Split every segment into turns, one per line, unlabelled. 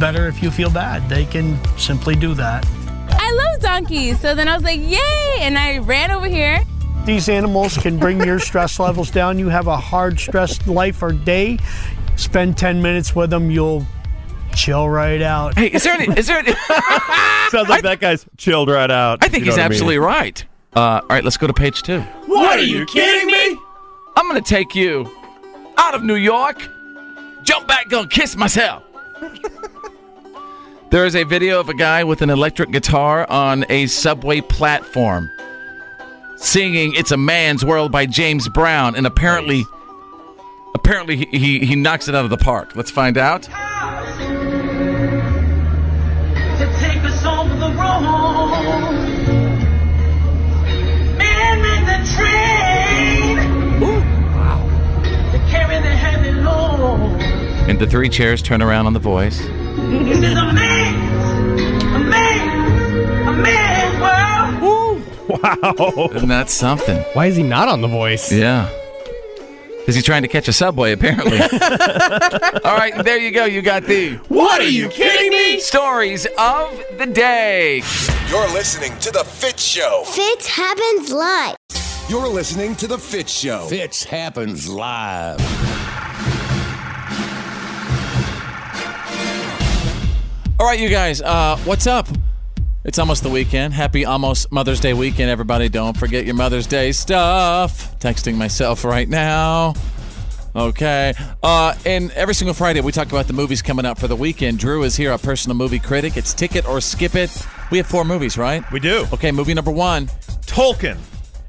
better if you feel bad. They can simply do that.
I love donkeys. So then I was like, yay! And I ran over here.
These animals can bring your stress levels down. You have a hard, stressed life or day, spend 10 minutes with them, you'll chill right out.
Hey, is there any? Is there any?
Sounds like that guy's chilled right out.
I think he's absolutely right. Uh, all right, let's go to page two.
What are you kidding me?
I'm going to take you out of New York. Jump back, go kiss myself. there is a video of a guy with an electric guitar on a subway platform singing "It's a Man's World" by James Brown, and apparently, apparently he, he he knocks it out of the park. Let's find out.
To take us over the road. Man made the train. To carry the heavy load.
And the three chairs turn around on the voice.
This is a man's, a man's, a man's world.
Wow. Isn't that something? Why is he not on The Voice? Yeah. Is he trying to catch a subway, apparently? All right, there you go. You got the.
What are you kidding me?
Stories of the day.
You're listening to The Fit Show.
Fitz happens live.
You're listening to The Fit Show. Fitz happens live.
All right, you guys, uh, what's up? It's almost the weekend. Happy almost Mother's Day weekend, everybody. Don't forget your Mother's Day stuff. Texting myself right now. Okay. Uh, and every single Friday, we talk about the movies coming out for the weekend. Drew is here, a personal movie critic. It's Tick It or Skip It. We have four movies, right?
We do.
Okay, movie number one
Tolkien.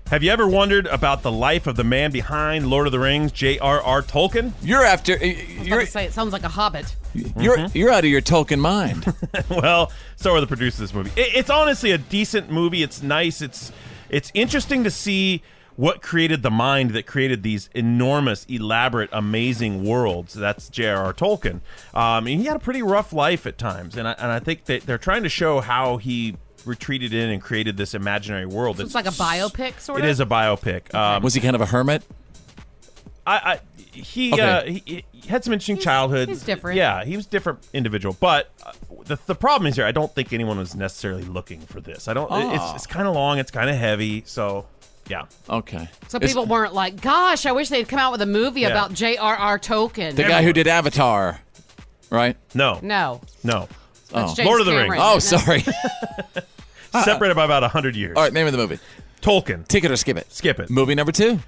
Have you ever wondered about the life of the man behind Lord of the Rings, J.R.R. Tolkien?
You're after.
I was about to say, it sounds like a hobbit.
You're you're out of your Tolkien mind.
well, so are the producers of this movie. It, it's honestly a decent movie. It's nice. It's it's interesting to see what created the mind that created these enormous, elaborate, amazing worlds. That's J.R.R. Tolkien. Um, and he had a pretty rough life at times, and I, and I think that they're trying to show how he retreated in and created this imaginary world.
So it's like a biopic, sort
It
of?
is a biopic. Um,
Was he kind of a hermit?
I, I he,
Okay.
uh, he he had some interesting childhood.
he's different.
Yeah, he was a different individual. But uh, the the problem is here. I don't think anyone was necessarily looking for this. I don't. it- It's
Ah.
it's kind of long. It's kind of heavy. So yeah.
Okay.
So people weren't like, gosh, I wish they'd come out with a movie
Yeah.
about J.R.R. Tolkien.
The guy who did Avatar, right?
No.
No.
Uh,
No.
That's James Lord of the Cameron, Rings.
Oh,
isn't it?
sorry.
Separated by about hundred years.
uh. All right, name of the movie.
Tolkien.
Ticket or skip it.
Skip it.
Movie number two.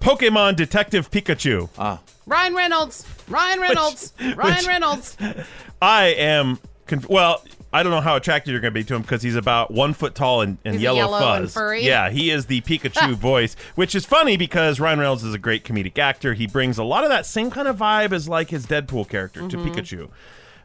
Pokemon Detective Pikachu.
Ah.
Ryan Reynolds. Ryan Reynolds. Ryan
which-
Reynolds.
I am. Conf- well, I don't know how attracted you're going to be to him because he's about one foot tall and, and
He's
yellow,
yellow
fuzz.
and furry.
Yeah, he is the Pikachu voice, which is funny because Ryan Reynolds is a great comedic actor. He brings a lot of that same kind of vibe as like his Deadpool character
Mm-hmm.
Mhm.
to Pikachu.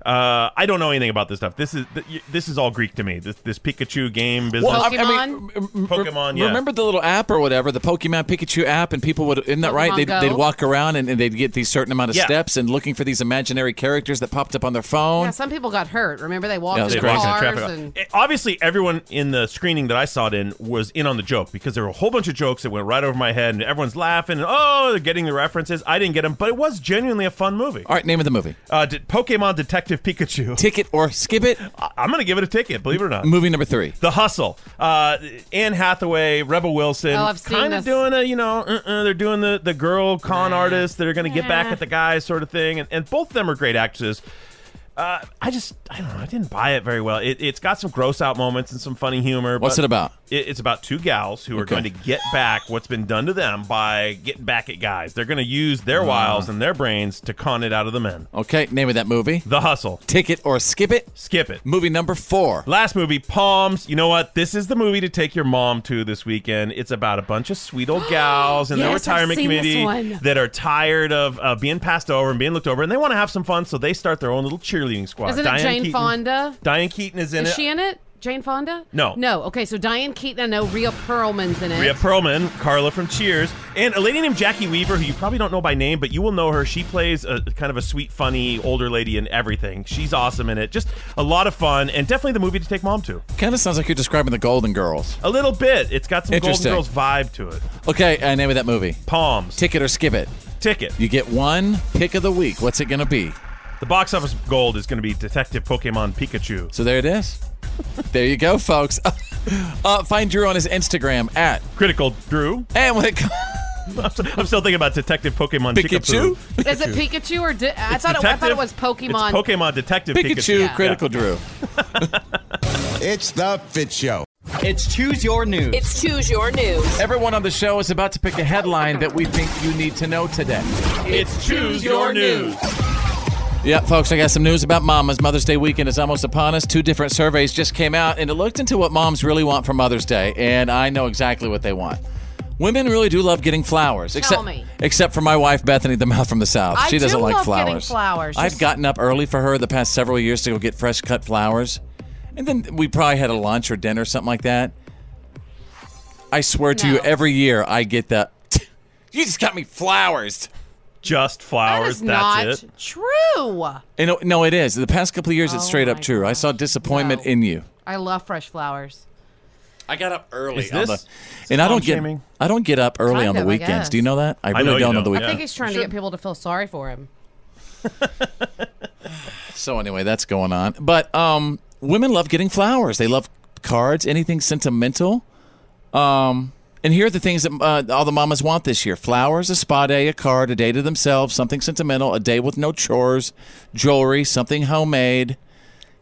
Uh, I don't know anything about this stuff. This is th- y- this is all Greek to me. This this Pikachu game business.
Well, I- I mean,
Pokemon. Yeah.
Remember the little app or whatever, the Pokemon Pikachu app, and people would, isn't that right?
Pokemon
They'd,
Go.
they'd walk around and, and they'd get these certain amount of
Yeah.
steps and looking for these imaginary characters that popped up on their phone.
Yeah, some people got hurt. Remember, they walked
Yeah,
into
they walked into
cars.
traffic.
and
It- Obviously, everyone in the screening that I saw it in was in on the joke because there were a whole bunch of jokes that went right over my head, and everyone's laughing and oh, they're getting the references. I didn't get them, but it was genuinely a fun movie.
All right, name of the movie.
Uh, did Pokemon Detective Pikachu.
Ticket or skip it?
I'm going to give it a ticket, believe it or not.
Movie number three.
The Hustle. Uh, Anne Hathaway, Rebel Wilson.
Oh, I've seen
Kind of
this.
doing a, you know, uh-uh, they're doing the, the girl con artists that are going to get back at the guy sort of thing. And, and both of them are great actresses. Uh, I just, I don't know, I didn't buy it very well. It, it's got some gross out moments and some funny humor.
What's
but
it about?
It, it's about two gals who are
Okay.
going to get back what's been done to them by getting back at guys. They're going to use their
Ah.
wiles and their brains to con it out of the men.
Okay, name of that movie?
The Hustle.
Ticket or skip it?
Skip it.
Movie number four.
Last movie, Palms. You know what? This is the movie to take your mom to this weekend. It's about a bunch of sweet old gals in their
Yes, I've
retirement
seen this
community
one.
that are tired of uh, being passed over and being looked over, and they want to have some fun, so they start their own little cheerleading squad.
Isn't it Jane
Keaton.
Fonda?
Diane Keaton is in
Is
it.
she in it? Jane Fonda?
No.
No. Okay, so Diane Keaton, I know Rhea Perlman's in it.
Rhea Perlman, Carla from Cheers, and a lady named Jackie Weaver, who you probably don't know by name, but you will know her. She plays a kind of a sweet, funny older lady in everything. She's awesome in it. Just a lot of fun, and definitely the movie to take mom to.
Kind of sounds like you're describing the Golden Girls.
A little bit. It's got some Golden
Interesting.
Girls vibe to it.
Okay, uh, name of that movie?
Palms.
Ticket or skip it?
Ticket.
You get one pick of the week. What's it going to be?
The box office gold is going to be Detective Pokemon Pikachu.
So there it is. there you go, folks. Uh, find Drew on his Instagram at
Critical Drew.
And when it
I'm still- I'm still thinking about Detective Pokemon
Pikachu?
Pikachu.
Is it Pikachu or di- I
It's
thought it, I thought
Detective-
it was Pokemon.
It's Pokemon Detective
Pikachu,
Pikachu.
Critical
Drew.
it's the Fit Show.
It's Choose Your News.
It's Choose Your News.
Everyone on the show is about to pick a headline that we think you need to know today.
It's Choose Your News.
Yeah, folks, I got some news about mamas. Mother's Day weekend is almost upon us. Two different surveys just came out, and it looked into what moms really want for Mother's Day, and I know exactly what they want. Women really do love getting flowers, except
me.
except for my wife Bethany, the mouth from the south.
I
she doesn't
do
like
love
flowers.
getting flowers.
I've
Just-
gotten up early for her the past several years to go get fresh cut flowers, and then we probably had a lunch or dinner, something like that. I swear to you, every year I get that. You just got me flowers.
Just
That
flowers.
is not true.
And no- no, it is. The past couple of years, it's
Oh
straight up true. I saw disappointment in you.
I love fresh flowers.
I got up early.
Is this-
on the- and I don't get
shaming?
I don't get up early
Kind
on the
of, I
weekends.
guess.
Do you know that? I really
know you
don't on the
don't,
I think
weekend.
he's trying to get people to feel sorry for him.
So anyway, that's going on. But um, women love getting flowers. They love cards, anything sentimental. Um, and here are the things that uh, all the mamas want this year: flowers, a spa day, a card, a day to themselves, something sentimental, a day with no chores, jewelry, something homemade,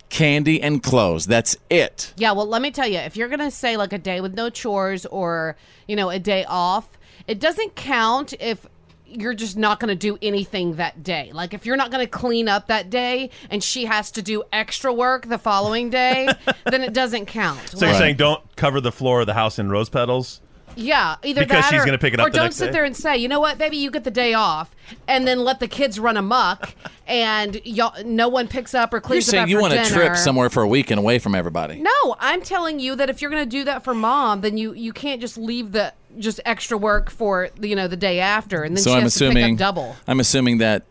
candy, and clothes. That's it.
Yeah, well, let me tell you, if you're going to say like a day with no chores or, you know, a day off, it doesn't count if you're just not going to do anything that day. Like if you're not going to clean up that day and she has to do extra work the following day, then it doesn't count.
So you're
Like,
saying don't cover the floor of the house in rose petals?
yeah, either
Because
that
she's
or-
gonna pick it up
or
the
don't
next
sit
day.
there and say, you know what, baby, you get the day off, and then let the kids run amok, and y'all, no one picks up or
You're
cleans up
saying you
after
want to
dinner.
trip somewhere for a weekend away from everybody.
No, I'm telling you that if you're going to do that for mom, then you you can't just leave the just extra work for you know the day after, and then
so
she
I'm
has to pick
assuming
up double.
I'm assuming that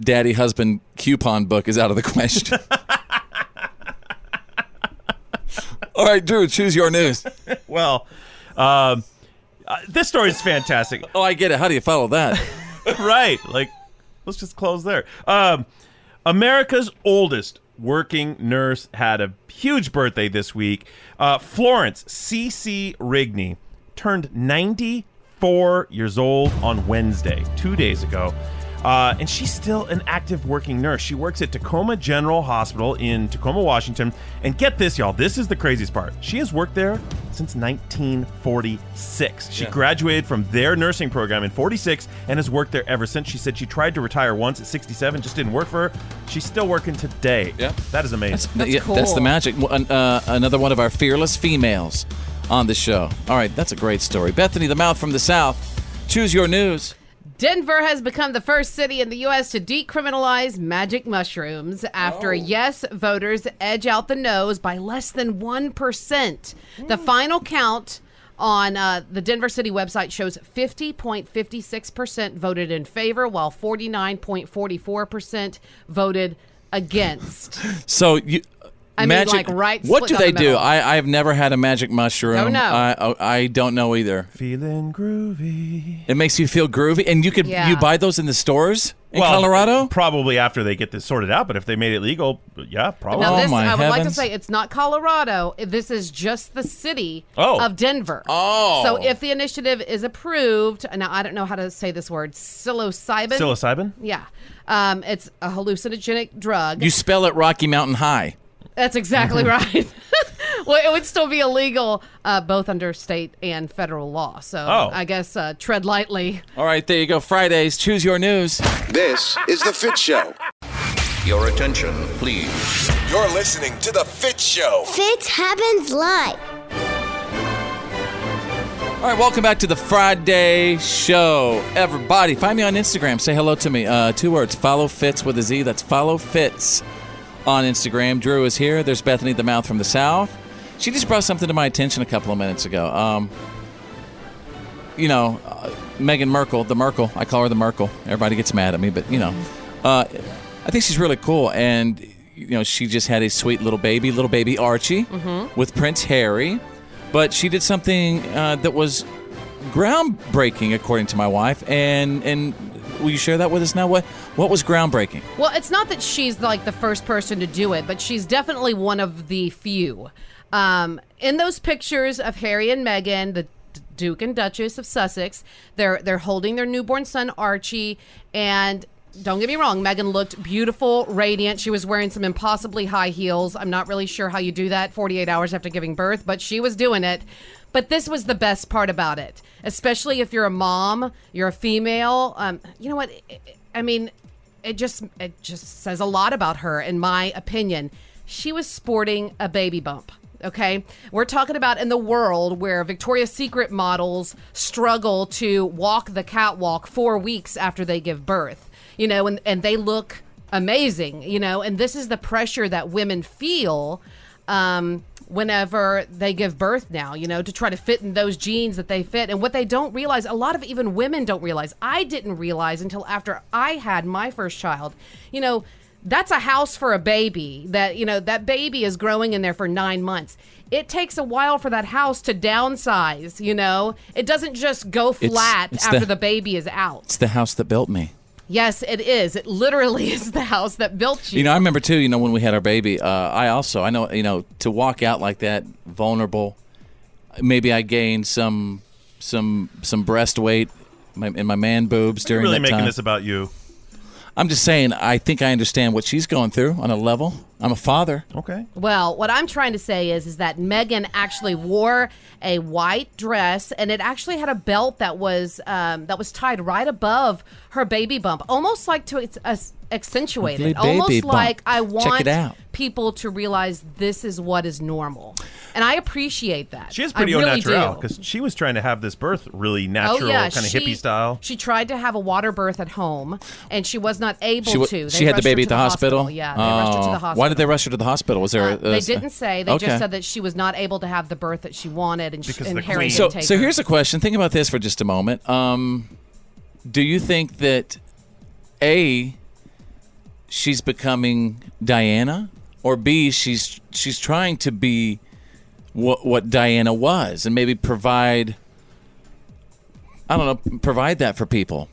daddy husband coupon book is out of the question. All right, Drew, choose your news.
well, um, uh, this story is fantastic.
oh, I get it. How do you follow that?
right. Like, let's just close there. Um, America's oldest working nurse had a huge birthday this week. Uh, Florence C.C. Rigney turned 94 years old on Wednesday, two days ago. Uh, and she's still an active working nurse. She works at Tacoma General Hospital in Tacoma, Washington. And get this, y'all, this is the craziest part. She has worked there since 1946. She
Yeah.
graduated from their nursing program in 46 and has worked there ever since. She said she tried to retire once at 67, just didn't work for her. She's still working today. Yeah. That is amazing.
Yeah, that's the magic. Well, an- uh, another one of our fearless females on the show. All right, that's a great story. Bethany, the mouth from the south, choose your news.
Denver has become the first city in the U.S. to decriminalize magic mushrooms after yes voters edge out the no's by less than 1%. The final count on uh, the Denver City website shows 50.56% voted in favor, while 49.44% voted against.
So you.
I mean,
magic,
like, right
What
split
do
down
they
the
do?
middle.
I, I've never had a magic mushroom.
Don't know.
I, oh, I don't know either.
Feeling groovy.
It makes you feel groovy, and you could
Yeah.
you buy those in the stores in Colorado.
Probably after they get this sorted out, but if they made it legal, yeah, probably.
Now, this, I would like to say it's not Colorado. This is just the city
Oh.
of Denver.
Oh.
So if the initiative is approved, now I don't know how to say this word, psilocybin.
Psilocybin?
Yeah. Um, it's a hallucinogenic drug.
You spell it Rocky Mountain High.
Mm-hmm.
That's exactly right. well, it would still be illegal uh, both under state and federal law. So
Oh.
I guess uh, tread lightly.
All right, there you go. Fridays, choose your news.
This is The Fit Show.
Your attention, please.
You're listening to The Fit Show.
Fits happens live.
All right, welcome back to the Friday show, everybody. Find me on Instagram. Say hello to me. Uh, two words: follow Fitz with a Z. That's follow Fitz on Instagram. Drew is here. There's Bethany, the mouth from the south. She just brought something to my attention a couple of minutes ago. Um, you know, uh, Meghan Merkel, the Merkel. I call her the Merkel. Everybody gets mad at me, but you know, uh, I think she's really cool. And you know, she just had a sweet little baby, little baby Archie,
Mhm.
with Prince Harry. But she did something uh, that was groundbreaking, according to my wife. And and will you share that with us now? What what was groundbreaking?
Well, it's not that she's like the first person to do it, but she's definitely one of the few. Um, in those pictures of Harry and Meghan, the D- Duke and Duchess of Sussex, they're they're holding their newborn son Archie, and don't get me wrong, Meghan looked beautiful, radiant. She was wearing some impossibly high heels. I'm not really sure how you do that 48 hours after giving birth, but she was doing it. But this was the best part about it, especially if you're a mom, you're a female. Um, you know what? I mean, it just it just says a lot about her in my opinion she was sporting a baby bump okay we're talking about in the world where victoria's secret models struggle to walk the catwalk four weeks after they give birth you know and, and they look amazing you know and this is the pressure that women feel um, whenever they give birth now, you know, to try to fit in those jeans that they fit. And what they don't realize, a lot of even women don't realize. I didn't realize until after I had my first child, you know. That's a house for a baby that, you know, that baby is growing in there for nine months. It takes a while for that house to downsize, you know? It doesn't just go
It's-
flat
it's the-
after the baby is out.
It's the house that built me.
Yes, it is. It literally is the house that built you.
You know, I remember too. You know, when we had our baby, uh, I also I know you know to walk out like that, vulnerable. Maybe I gained some some some breast weight my- in my man boobs
You're
during
really
that
making
time.
this about you.
I'm just saying, I think I understand what she's going through on a level. I'm a father.
Okay.
Well, what I'm trying to say is, is that Megan actually wore a white dress, and it actually had a belt that was um, that was tied right above her baby bump, almost like to ex- as- accentuate
Lovely
it, almost
baby bump.
like I
Check it
want
out.
people to realize this is what is normal, and I appreciate that.
She is
I
pretty
really
au natural
do. Oh,
because she was trying to have this birth really natural, kind of
she-
hippie style.
She tried to have a water birth at home, and she was not able
wa-
to. They
she had the
rushed her
baby
to
at the hospital.
Yeah, they rushed her to the
Oh.
hospital.
Why
Uh,
did they rush her to the hospital? Was there? a,
They
a-
didn't say. They
Uh, Okay.
just said that she was not able to have the birth that she wanted, and, she, and Harry
So,
didn't take
so
her.
here's a question. Think about this for just a moment. Um, do you think that a she's becoming Diana, or b she's she's trying to be what what Diana was, and maybe provide I don't know provide that for people,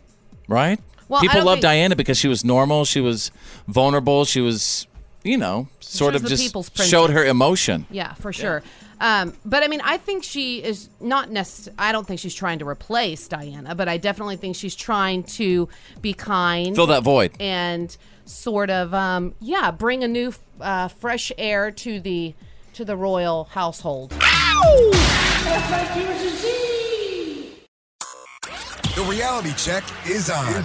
right?
Well, I
people
don't
love
think-
Diana because she was normal, she was vulnerable, she was you know sort
was
of
the
just
people's
showed her
princess.
emotion.
Yeah, for sure. Um, but I mean, I think she is not necessarily. I don't think she's trying to replace Diana, but I definitely think she's trying to be kind,
Fill that void.
and sort of, um, yeah, bring a new, uh, fresh air to the to the royal household.
The reality check is on.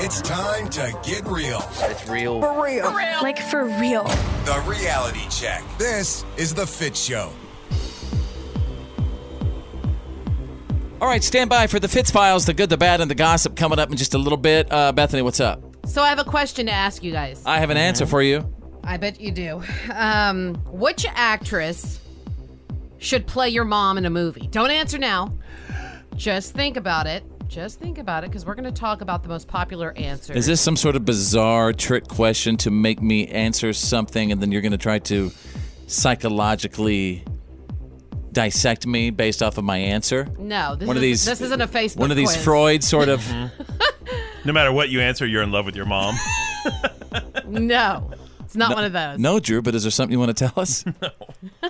It's time to get real. It's real.
real. Like for real.
The reality check. This is The Fit Show.
All right, stand by for the Fitz Files, the good, the bad, and the gossip coming up in just a little bit. Uh, Bethany, what's up?
So I have a question to ask you guys.
I have an answer for you.
I bet you do. Um, which actress should play your mom in a movie? Don't answer now. Just think about it. Just think about it because we're going to talk about the most popular answers.
Is this some sort of bizarre trick question to make me answer something and then you're going to try to psychologically dissect me based off of my answer?
No, this
one
is,
of these,
this isn't a Facebook
One of these
quiz.
Freud sort of.
No matter what you answer, you're in love with your mom.
No, it's not one of those.
No, Drew, but is there something you want to tell us? no. Uh-huh.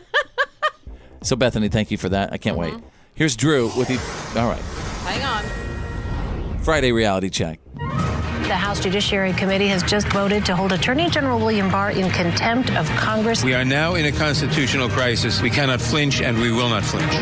so, Bethany, thank you for that. I can't wait. Here's Drew with the. All right.
Hang on.
Friday reality check.
The House Judiciary Committee has just voted to hold Attorney General William Barr in contempt of Congress.
We are now in a constitutional crisis. We cannot flinch, and we will not flinch.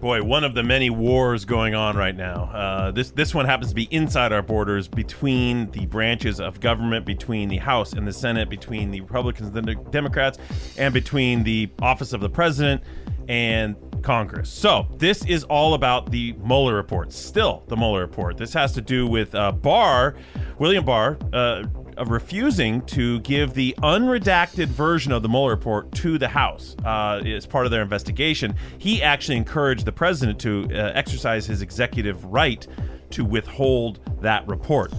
Boy, one of the many wars going on right now. Uh, this this one happens to be inside our borders, between the branches of government, between the House and the Senate, between the Republicans and the Democrats, and between the office of the president and Congress. So this is all about the Mueller report. Still, the Mueller report. This has to do with uh, Barr, William Barr. Uh, of refusing to give the unredacted version of the Mueller report to the House uh, as part of their investigation. He actually encouraged the president to uh, exercise his executive right to withhold that report.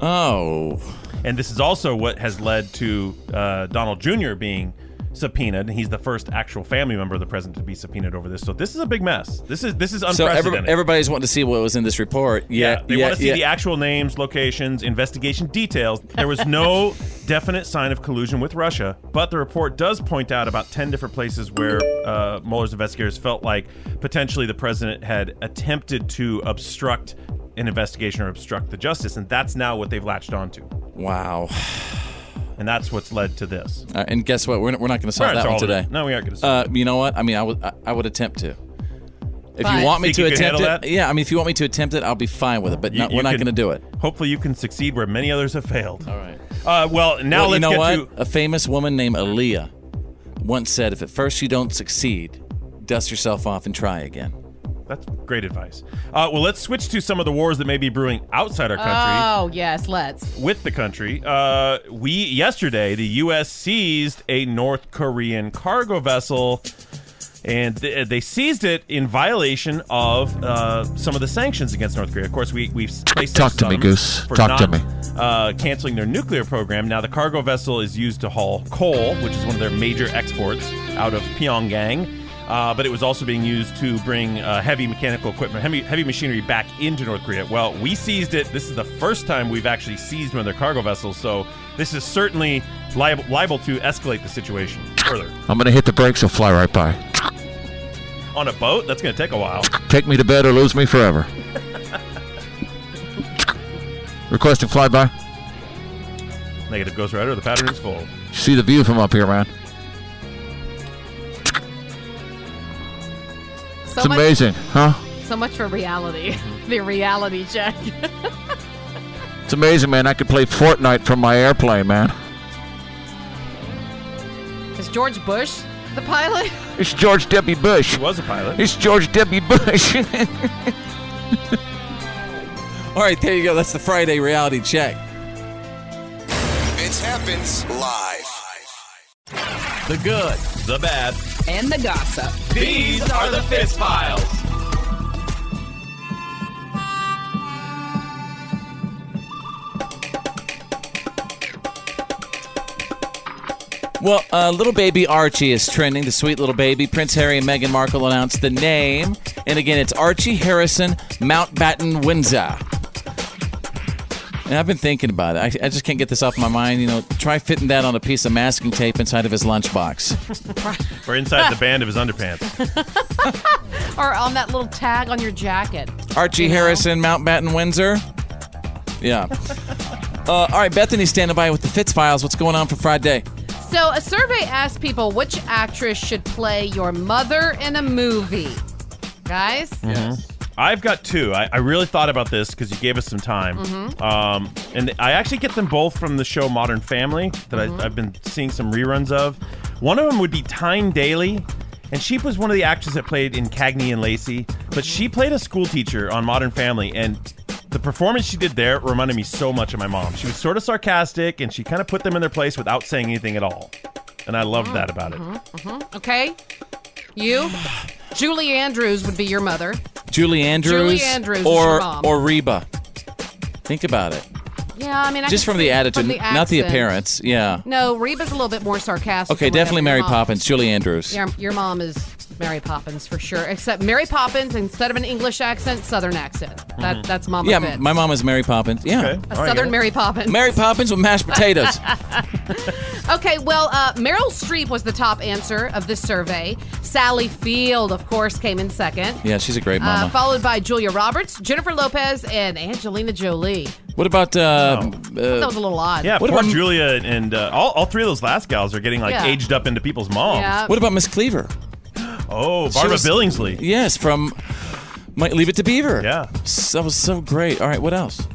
Oh.
And this is also what has led to uh, Donald Jr. being subpoenaed and he's the first actual family member of the president to be subpoenaed over this so this is a big mess this is this is
So every-
unprecedented
everybody's wanting to see what was in this report. Yeah,
they
yeah,
want to see
yeah.
the actual names, locations, investigation details. There was no definite sign of collusion with Russia, but the report does point out about 10 different places where uh, Mueller's investigators felt like potentially the president had attempted to obstruct an investigation or obstruct the justice. And that's now what they've latched onto.
Wow.
And that's what's led to this.
Uh, and guess what? We're, not- we're not going to
We're
solve
not
that one
solving it.
today.
No, we aren't gonna
solve uh, You know what? I mean, I would I- I would attempt to. If
Fine.
you want me
Think
to
you could
attempt it,
handle that?
yeah. I mean, if you want me to attempt it, I'll be fine with it. But
You-
no,
you
we're not
can-
going to do it.
Hopefully, you can succeed where many others have failed. All
right.
Uh, well, now
Well,
let's
you know
get to.
what? A famous woman named Aaliyah once said, "If at first you don't succeed, dust yourself off and try again."
That's great advice. Uh, well, let's switch to some of the wars that may be brewing outside our country.
Oh, yes, let's.
with the country. Uh, we yesterday the U.S. seized a North Korean cargo vessel, and th- they seized it in violation of uh, some of the sanctions against North Korea. Of course, we we've placed
Talk to
sanctions on
me,
them
Goose.
for
Talk to
not,
me.
Uh, canceling their nuclear program. Now the cargo vessel is used to haul coal, which is one of their major exports out of Pyongyang. Uh, but it was also being used to bring uh, heavy mechanical equipment, heavy, heavy machinery back into North Korea. Well, we seized it. This is the first time we've actually seized one of their cargo vessels, so this is certainly liable, liable to escalate the situation further.
I'm going to hit the brakes. I'll fly right by.
On a boat, that's going to take a while.
Take me to bed or lose me forever. Requesting flyby.
Negative Ghost Rider, the pattern is full.
See the view from up here, man.
So
It's
much-
amazing, huh?
So much for reality. the reality check.
It's amazing, man. I could play Fortnite from my airplane, man.
Is George Bush the pilot?
It's George W. Bush. He
was a pilot.
It's George W. Bush.
All right, there you go. That's the Friday reality check.
It happens live.
The good,
the bad,
and the gossip.
These are the Fitz Files.
Well, uh, little baby Archie is trending. The sweet little baby. Prince Harry and Meghan Markle announced the name, and again, it's Archie Harrison Mountbatten Windsor. And I've been thinking about it. I, I just can't get this off my mind. You know, try fitting that on a piece of masking tape inside of his lunchbox.
Or inside the band of his underpants.
or on that little tag on your jacket.
Archie Harrison Mountbatten Windsor. Yeah. Uh, all right, Bethany's standing by with the Fitz files. What's going on for Friday?
So, a survey asked people which actress should play your mother in a movie. Guys?
I've got two. I, I really thought about this because you gave us some time.
Mhm.
Um, and I actually get them both from the show Modern Family that
Mm-hmm.
I, I've been seeing some reruns of. One of them would be Time Daly. And she was one of the actors that played in Cagney and Lacey. But she
Mm-hmm.
played a school teacher on Modern Family. And the performance she did there reminded me so much of my mom. She was sort of sarcastic and she kind of put them in their place without saying anything at all. And I loved that about it.
Mhm. Okay. You? Julie Andrews would be your mother.
Julie Andrews,
Andrews is your
or
mom.
or Reba. Think about it.
Yeah, I mean, I
Just
can
from
see
the
it
attitude,
from the
not the
accent.
appearance. Yeah.
No, Reba's a little bit more sarcastic.
Okay,
than whatever
definitely
your
Mary
mom-
Poppins, Julie Andrews.
Your, your mom is Mary Poppins for sure. Except Mary Poppins instead of an English accent, Southern accent. That
Mhm.
that's Mama
yeah,
Fitz.
my mom is Mary Poppins. Yeah.
A Southern Mary Poppins.
Mary Poppins with mashed potatoes.
okay, well, uh, Meryl Streep was the top answer of this survey. Sally Field, of course, came in second.
yeah, she's a great mama.
Uh, followed by Julia Roberts, Jennifer Lopez, and Angelina Jolie.
what about uh, uh,
that was a little odd.
Yeah, poor Julia and uh, all, all three of those last gals are getting like
Yeah.
aged up into people's moms.
Yeah. What
about Miss Cleaver?
Oh,
She
Barbara
was-
Billingsley.
Yes, from Might Leave It to Beaver.
Yeah.
That was so great. All right, what else?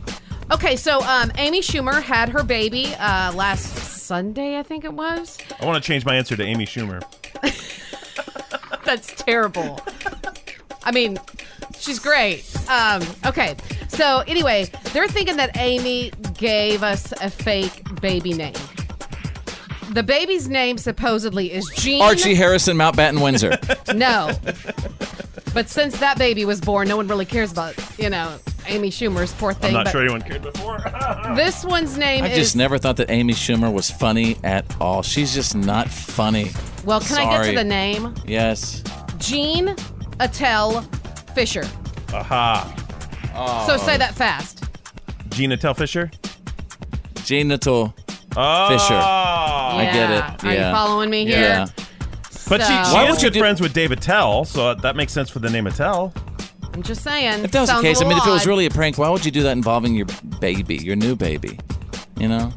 Okay, so um, Amy Schumer had her baby uh, last Sunday, I think it was.
I want to change my answer to Amy Schumer.
That's terrible. I mean, she's great. Um, okay, so anyway, they're thinking that Amy gave us a fake baby name. The baby's name supposedly is Jean.
Archie Harrison Mountbatten Windsor.
No. But since that baby was born, no one really cares about, you know, Amy Schumer's poor thing.
I'm not
but
sure anyone
cared before.
this one's name
I
is.
just never thought that Amy Schumer was funny at all. She's just not funny.
well, can I get
Sorry.
to the name?
Yes.
Jean Attell Fisher.
Aha.
So say that fast.
Gina Tell Fisher? Ah.
Gina Tell
Fisher.
I get it.
Are you
Yeah.
following me here?
Yeah. But she,
So-
she
Why
is
would you
good friends with David Tell, so that makes sense for the name Attell.
I'm just saying.
If that was
Sounds
the case,
a
I mean, if
little
it was
odd.
really a prank, why would you do that involving your baby, your new baby? You know?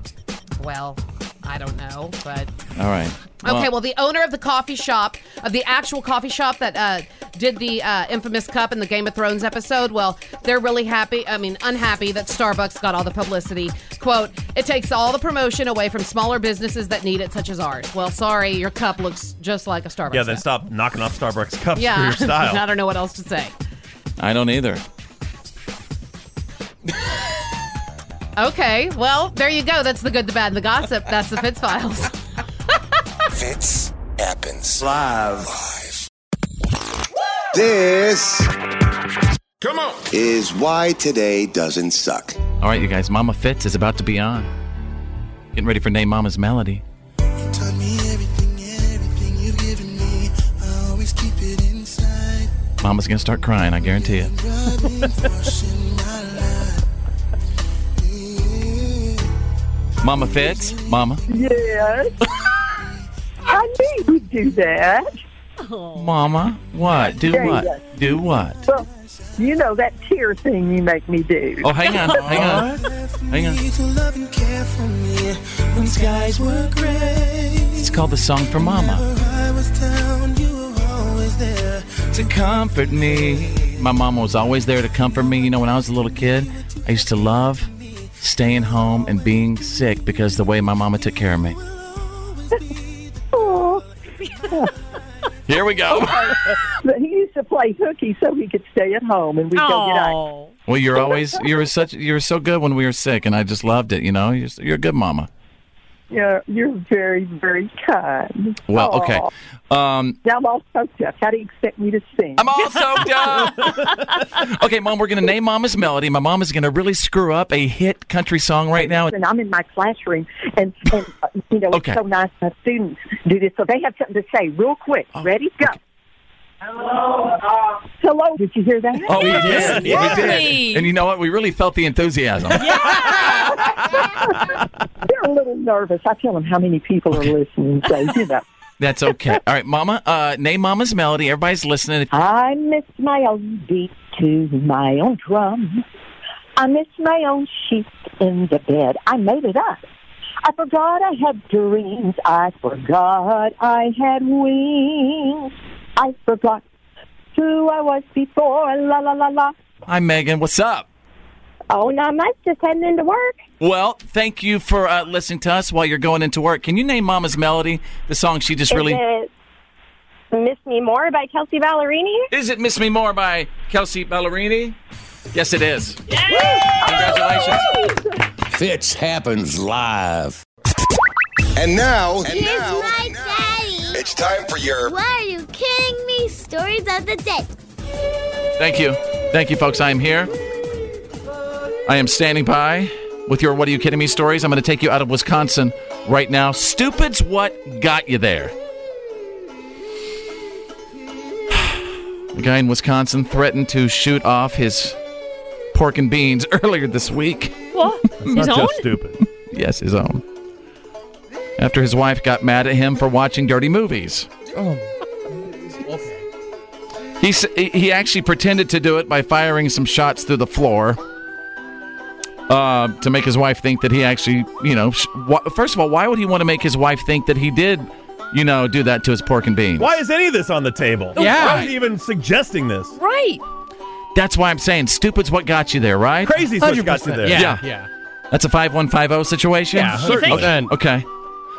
Well, I don't know, but.
All right.
Okay, well, the owner of the coffee shop, of the actual coffee shop that uh, did the uh, infamous cup in the Game of Thrones episode, well, they're really happy, I mean, unhappy that Starbucks got all the publicity. Quote, it takes all the promotion away from smaller businesses that need it, such as ours. Well, sorry, your cup looks just like a Starbucks.
Yeah, then
cup.
stop knocking off Starbucks cups for
Yeah,
your style.
I don't know what else to say.
I don't either.
Okay, well, there you go. That's the good, the bad, and the gossip. That's the Fitz Files.
Fits happens live. This come on is why today doesn't suck.
All right, you guys. Mama Fitz is about to be on. Getting ready for Name Mama's Melody.
Taught me everything, everything you've given me. I always keep it inside.
Mama's going to start crying, I guarantee it.
Rubbing, brushing my life.
Mama Fitz, Mama,
Yes. I knew you'd do that.
Mama, what? Do
Yeah,
what?
yeah.
Do what?
Well, you know that tear thing you make me do.
Oh, hang on, hang on, hang on.
Need to love and care for me when skies were gray.
It's called the song for Mama.
Whenever I was down, you were always there.
To comfort me. My mama was always there to comfort me. You know, when I was a little kid, I used to love staying home and being sick because the way my mama took care of me.
Oh.
Here we go.
but he used to play hooky so he could stay at home and we'd go get ice.
Well, you're always you were such you were so good when we were sick, and I just loved it. You know, you're, you're a good mama.
You're, you're very, very kind.
Well, okay.
Aw.
Um,
Now I'm all soaked up. How do you expect me to sing?
I'm all soaked up. okay, mom, we're gonna name Mama's melody. My mom is gonna really screw up a hit country song right now.
and I'm in my classroom, and, and uh, you know,
Okay.
it's so nice my students do this, so they have something to say real quick.
Oh.
Ready? Go. Hello. Hello. uh, Did you hear that?
Oh, we did. We did. And you know what? We really felt the enthusiasm.
They're a little nervous. I tell them how many people are listening, so you know.
That's okay. All right, Mama. Uh, name Mama's melody. Everybody's listening.
I miss my own beat to my own drum. I miss my own sheet in the bed. I made it up. I forgot I had dreams. I forgot I had wings. I forgot who I was before. La la la la.
Hi, Megan. What's up?
Oh, not much. Just heading into work.
Well, thank you for uh, listening to us while you're going into work. Can you name Mama's melody? The song she just really.
Uh,
Is it Miss Me More by Kelsey Ballerini?
Is it Miss Me More by Kelsey Ballerini? Yes, it is. Congratulations.
Fits happens live. And now,
Here's my daddy.
it's time for your
Why are you kidding me? Stories of the day.
Thank you. Thank you, folks. I am here. I am standing by with your What Are You Kidding Me stories. I'm going to take you out of Wisconsin right now. Stupid's what got you there. A guy in Wisconsin threatened to shoot off his pork and beans earlier this week.
What? His
not
own?
just stupid.
yes, his own. After his wife got mad at him for watching dirty movies. He, s- he actually pretended to do it by firing some shots through the floor uh, to make his wife think that he actually, you know, sh- wh- first of all, why would he want to make his wife think that he did, you know, do that to his pork and beans?
Why is any of this on the table?
Yeah.
Why is he even suggesting this?
Right.
That's why I'm saying stupid's what got you there, right?
Crazy's what got you there.
Yeah. That's a 5150 situation?
Yeah, You think?
Okay.
certainly.
okay.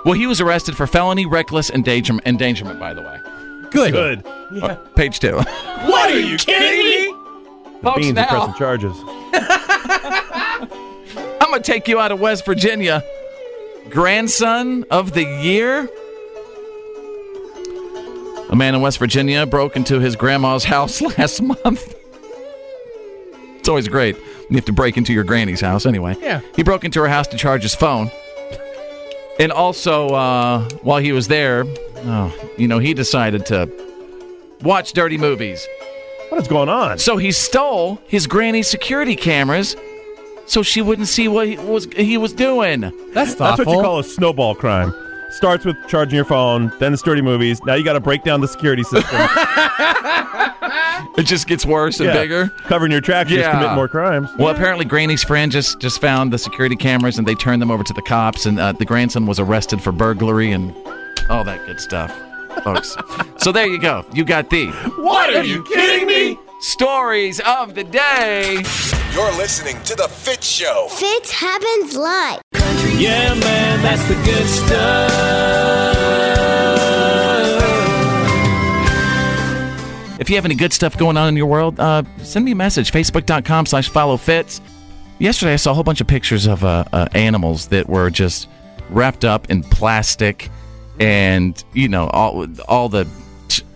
Well, he was arrested for felony reckless endangerment, endangerment by the way.
Good. Good.
Uh, page two.
What are you kidding me? The
Folks,
beans are
now.
pressing charges.
I'm going to take you out of West Virginia. Grandson of the year? A man in West Virginia broke into his grandma's house last month. It's always great. when You have to break into your granny's house anyway.
Yeah.
He broke into her house to charge his phone. And also, uh, while he was there, oh, you know, he decided to watch dirty movies.
What is going on?
So he stole his granny's security cameras so she wouldn't see what he was he was doing. That's
That's what you call a snowball crime. Starts with charging your phone, then the sturdy movies. Now you got to break down the security system.
It just gets worse and
Yeah.
bigger.
Covering your tracks, you just commit more crimes.
Well, apparently, Granny's friend just just found the security cameras and they turned them over to the cops. And uh, the grandson was arrested for burglary and all that good stuff, folks. so there you go. You got the
What are you kidding me?
stories of the day.
You're listening to The Fit Show.
Fitz happens live.
Yeah, man, that's the good stuff.
If you have any good stuff going on in your world, uh, send me a message. Facebook.com slash follow fits. Yesterday, I saw a whole bunch of pictures of uh, uh, animals that were just wrapped up in plastic and, you know, all, all the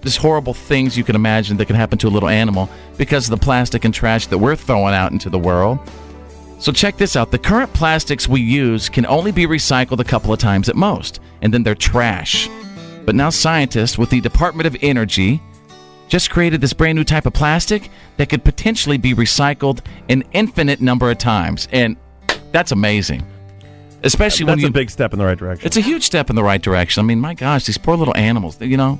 just horrible things you can imagine that can happen to a little animal because of the plastic and trash that we're throwing out into the world. So check this out. The current plastics we use can only be recycled a couple of times at most, and then they're trash. But now scientists with the Department of Energy just created this brand new type of plastic that could potentially be recycled an infinite number of times. And that's amazing. Especially when
That's
you
a big step in the right direction.
It's a huge step in the right direction. I mean, my gosh, these poor little animals, you know.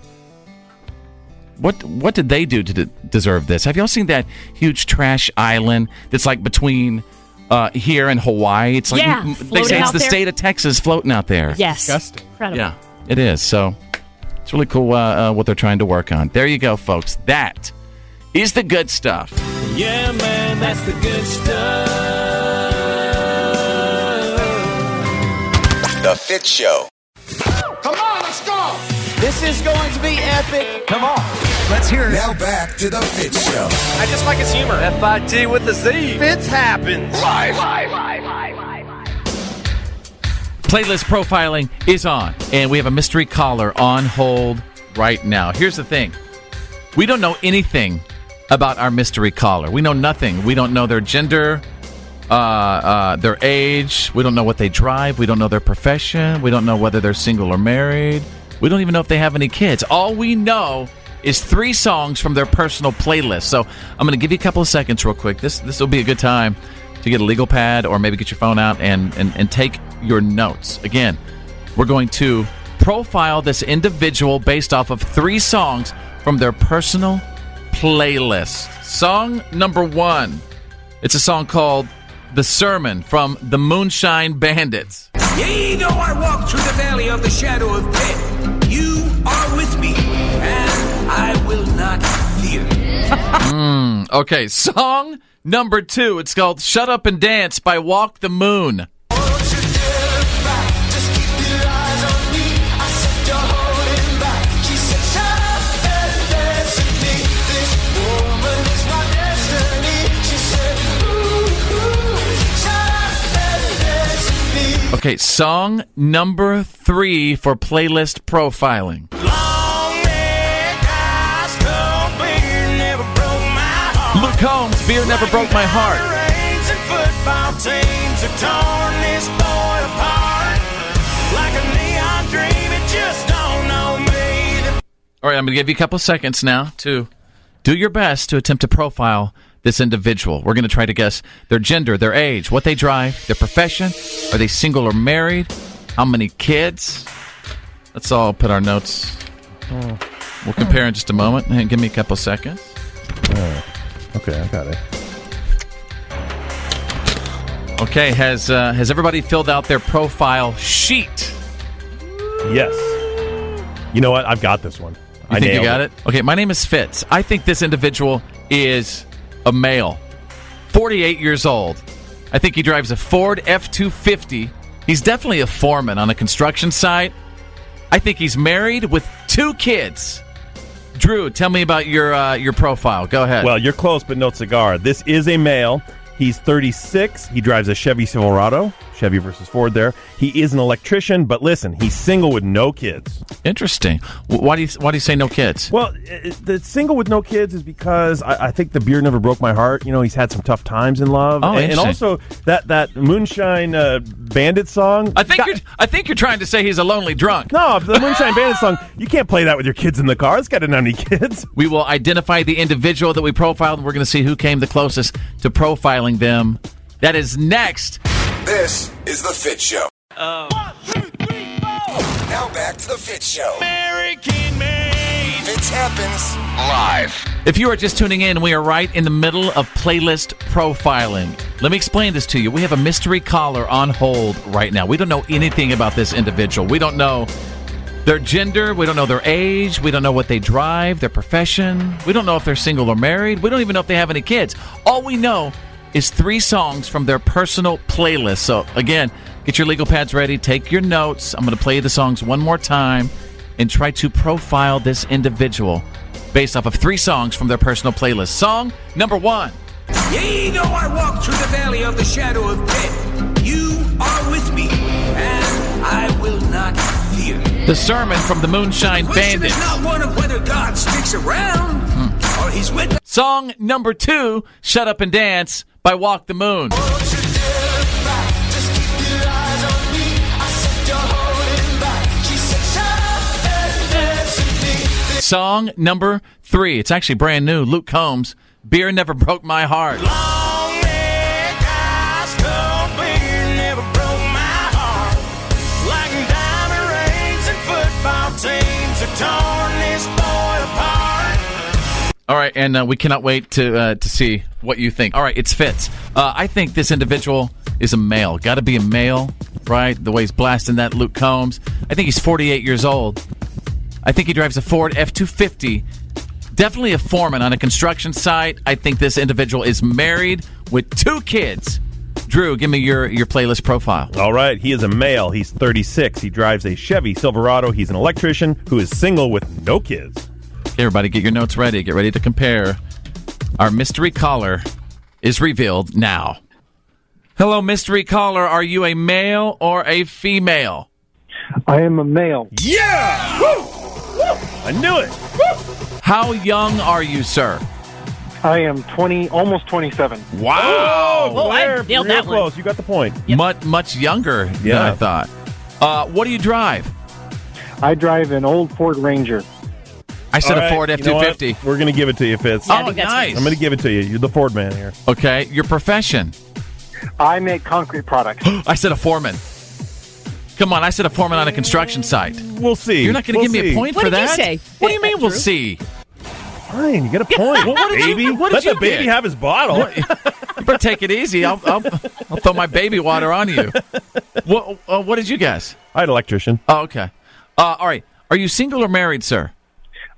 What what did they do to de- deserve this? Have y'all seen that huge trash island that's like between uh, here and Hawaii? It's like
Yeah,
they
floating
say it's
out
the
there.
state of Texas floating out there.
Yes.
Disgusting.
Incredible.
Yeah, it is. So it's really cool uh, uh, what they're trying to work on. There you go, folks. That is the good stuff.
Yeah, man, that's the good stuff.
The Fit Show.
Come on, let's go. This is going to be epic. Come on.
Let's hear it. Now back to The Fit Show.
I just like his humor. F-I-T with the Z. Fits happens. Live. Live. Live.
Playlist profiling is on, and we have a mystery caller on hold right now. Here's the thing we don't know anything about our mystery caller. We know nothing. We don't know their gender, uh, uh, their age. We don't know what they drive. We don't know their profession. We don't know whether they're single or married. We don't even know if they have any kids. All we know is three songs from their personal playlist. So I'm going to give you a couple of seconds, real quick. This this will be a good time to get a legal pad or maybe get your phone out and, and, and take your notes. Again, we're going to profile this individual based off of three songs from their personal playlist. Song number one it's a song called The Sermon from the Moonshine Bandits.
Yea, though I walk through the valley of the shadow of death, you are with me, and I will not fear.
Mm, okay, song number two it's called Shut Up and Dance by Walk the Moon. Okay, song number three for playlist profiling. Luke Combs, Beer Never Broke My Heart. All right, I'm going to give you a couple seconds now to do your best to attempt to profile this individual. We're going to try to guess their gender, their age, what they drive, their profession. Are they single or married? How many kids? Let's all put our notes. We'll compare in just a moment. And give me a couple seconds.
okay, I got it.
Okay, has uh, has everybody filled out their profile sheet?
Yes. You know what? I've got this one.
You think you got it? Okay, my name is Fitz. I think this individual is a male, 48 years old. I think he drives a Ford F 250. He's definitely a foreman on a construction site. I think he's married with two kids. Drew, tell me about your uh, your profile. Go ahead.
Well, you're close, but no cigar. This is a male. He's 36. He drives a Chevy Silverado. Chevy versus Ford there. He is an electrician, but listen, he's single with no kids.
Interesting. W- Why do you Why do you say no kids?
Well, i- i- the single with no kids is because I, I think the beer never broke my heart. You know, he's had some tough times in love,
Oh,
and, and
interesting.
also that that moonshine uh, bandit song.
I think you're I think you're trying to say he's a lonely drunk.
No, the moonshine bandit song. You can't play that with your kids in the car. This guy didn't have any kids.
We will identify the individual that we profiled, and we're going to see who came the closest to profiling them. That is next.
This is the Fit Show.
Um,
Now back to the Fit Show. American made. Fits happens live.
If you are just tuning in, we are right in the middle of playlist profiling. Let me explain this to you. We have a mystery caller on hold right now. We don't know anything about this individual. We don't know their gender. We don't know their age. We don't know what they drive, their profession. We don't know if they're single or married. We don't even know if they have any kids. All we know is three songs from their personal playlist. So, again, get your legal pads ready, take your notes. I'm going to play the songs one more time and try to profile this individual based off of three songs from their personal playlist. Song number one.
Yea, though I walk through the valley of the shadow of death, you are with me, and I will not fear.
The sermon from the Moonshine
Question
Bandit.
is not one of whether God sticks around
Hmm.
or he's with us.
Song number two, Shut Up and Dance by Walk the Moon. Song number three, it's actually brand new, Luke Combs, Beer Never Broke My Heart. All right, and uh, we cannot wait to uh, to see what you think. All right, it's Fitz. Uh, I think this individual is a male. Got to be a male, right? The way he's blasting that Luke Combs. I think he's 48 years old. I think he drives a Ford F 250. Definitely a foreman on a construction site. I think this individual is married with two kids. Drew, give me your, your playlist profile.
All right, he is a male. He's 36. He drives a Chevy Silverado. He's an electrician who is single with no kids.
Okay, everybody, get your notes ready. Get ready to compare. Our mystery caller is revealed now. Hello, mystery caller. Are you a male or a female?
I am a male.
Yeah! I knew it.
How young are you, sir?
I am 20, almost 27.
Wow!
Oh, I
Blair,
nailed
real
that one.
close. You got the point.
Much much younger than I
Yeah.
thought. Uh, what do you drive?
I drive an old Ford Ranger.
I said
All
a
right,
Ford F
you know
two
what?
fifty.
We're gonna give it to you, Fitz.
Yeah, I think that's Oh, nice.
I'm gonna give it to you. You're the Ford man here.
Okay, your profession.
I make concrete products.
I said a foreman. Come on, I said a foreman on a construction site.
We'll see.
You're not going to
We'll
give me a
see.
point
What
for
did you
that.
say?
What do you mean? We'll see.
Fine, you get a point.
Well, what did you-
baby?
what did
Let
you
the baby
get?
have his bottle.
But take it easy. I'll, I'll, I'll throw my baby water on you. What, uh, what did you guess?
I had electrician.
Oh, okay. Uh, all right. Are you single or married, sir?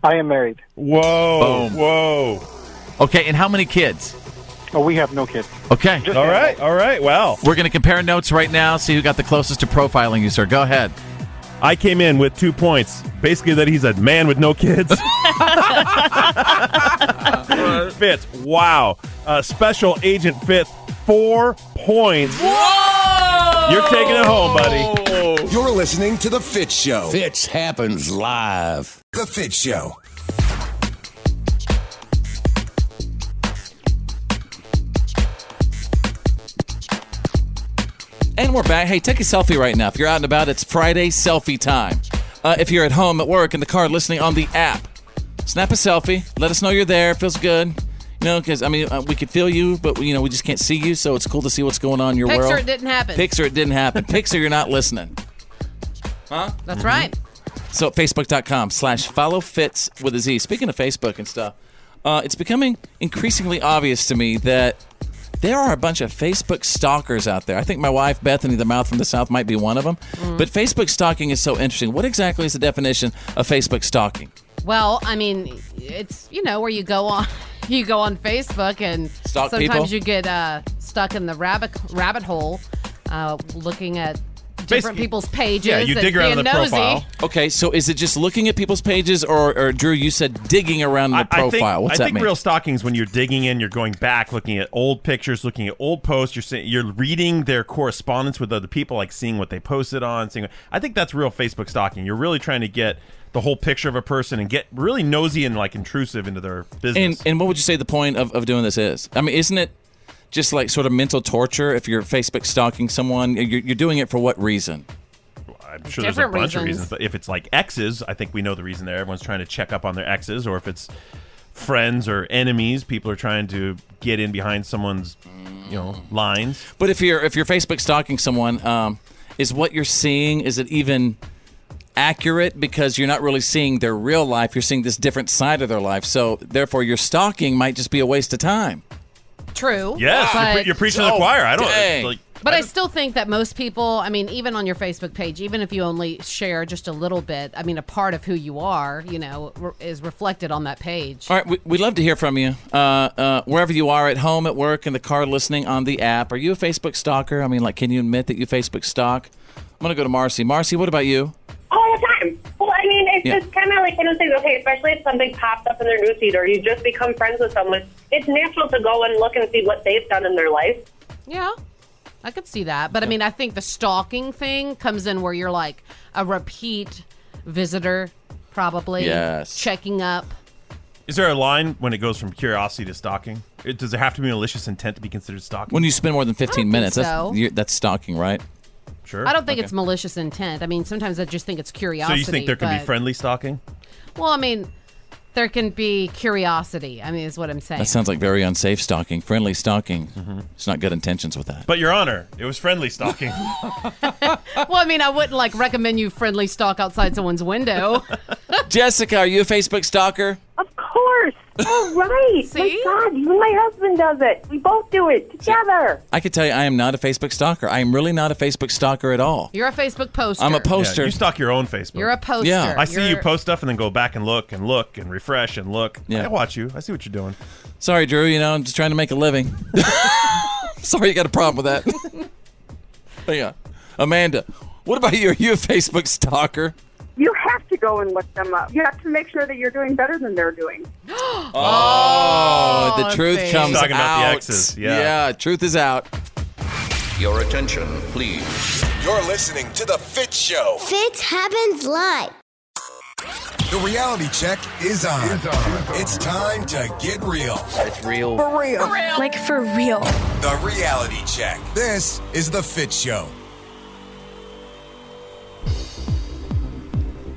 I am married.
Whoa! Whoa!
Okay, and how many kids?
Oh, we have no kids.
Okay.
All right. All right. Wow.
We're going to compare notes right now, see who got the closest to profiling you, sir. Go ahead.
I came in with two points. Basically, that he's a man with no kids. Fitz, wow. Uh, special Agent Fitz, four points.
Whoa!
You're taking it home, buddy.
You're listening to the Fit Show.
Fitz happens live.
The Fit Show.
And we're back. Hey, take a selfie right now. If you're out and about, it's Friday selfie time. Uh, if you're at home, at work, in the car, listening on the app,
Snap a selfie. Let us know you're there. Feels good. You know, because I mean, uh, we could feel you, but you know, we just can't see you. So it's cool to see what's going on in your
Pixar
world.
it didn't happen.
Pixar, it didn't happen. Pixar, you're not listening. Huh?
That's right.
So facebook.com slash follow fits with a Z. Speaking of Facebook and stuff, uh, it's becoming increasingly obvious to me that there are a bunch of Facebook stalkers out there. I think my wife, Bethany, the mouth from the south, might be one of them.
Mm.
But Facebook stalking is so interesting. What exactly is the definition of Facebook stalking?
Well, I mean, it's you know where you go on, you go on Facebook and
Stalk
sometimes
people?
you get uh, stuck in the rabbit rabbit hole, uh, looking at different
Basically-
people's pages. and being nosy.
Okay, so is it just looking at people's pages, or, or Drew, you said digging around the profile?
I think,
What's
I
that
think
mean?
real stockings when you're digging in, you're going back, looking at old pictures, looking at old posts. You're se- you're reading their correspondence with other people, like seeing what they posted on. Seeing, I think that's real Facebook stalking. You're really trying to get the whole picture of a person and get really nosy and like intrusive into their business.
And and what would you say the point of, of doing this is? I mean, isn't it just like sort of mental torture if you're Facebook stalking someone? You're, you're doing it for what reason?
I'm sure there's a
Different
bunch of
reasons.
reasons. But if it's like exes, I think we know the reason there. Everyone's trying to check up on their exes, or if it's friends or enemies, people are trying to get in behind someone's, you know, lines.
But if you're if you're Facebook stalking someone, um, is what you're seeing is it even accurate because you're not really seeing their real life you're seeing this different side of their life so therefore your stalking might just be a waste of time
True.
Yes, you're
but,
pre- you're preaching to the choir. I don't-
Dang.
like,
but I, still think that most people, I mean, even on your Facebook page, even if you only share just a little bit, I mean, a part of who you are, you know, re- is reflected on that page.
All right, we, we'd love to hear from you. Uh, uh, wherever you are, at home, at work, in the car, listening on the app, are you a Facebook stalker? I mean, like, can you admit that you Facebook stalk? I'm going to go to Marcy. Marcy, what about you?
All the time. Well, I mean, it's
Yeah.
just kind of like one of those things. Okay, especially if something pops up in their newsfeed or you just become friends with someone, it's natural to go and look and see what they've done in their life.
Yeah. I could see that. But I mean, I think the stalking thing comes in where you're like a repeat visitor, probably.
Yes.
Checking up.
Is there a line when it goes from curiosity to stalking? It, does it have to be malicious intent to be considered stalking?
When you spend more than 15 minutes,
so.
that's, you that's stalking, right?
Sure.
I don't think it's malicious intent. I mean, sometimes I just think it's
so
curiosity.
you think there can be
but-
friendly stalking?
Well, I mean, there can be curiosity. I mean, is what I'm saying.
That sounds like very unsafe stalking, friendly stalking. It's not good intentions with that.
But Your Honor, it was friendly stalking.
well, I mean, I wouldn't like recommend you friendly stalk outside someone's window.
Jessica, are you a Facebook stalker?
Of course. All right.
See?
My God, even my husband does it. We both do it together.
I can tell you, I am not a Facebook stalker. I am really not a Facebook stalker at all.
You're a Facebook poster.
I'm a poster.
you stalk your own Facebook.
You're a poster.
Yeah.
I see you
You're-
post stuff and then go back and look and look and refresh and look.
Yeah.
I watch you. I see what you're doing.
Sorry, Drew. You know, I'm just trying to make a living. Sorry, you got a problem with that. Hang on, Amanda. What about you? Are you a Facebook stalker?
You have to go and look them up. You have to make sure that you're doing better than they're doing.
Oh, the
I
truth
see.
comes
Talking
out.
about the exes, yeah.
yeah, truth is out.
Your attention, please. You're listening to The Fit Show.
Fits happens live.
The reality check is on. It's time to get real. It's real.
real. Like for real.
The reality check. This is The Fit Show.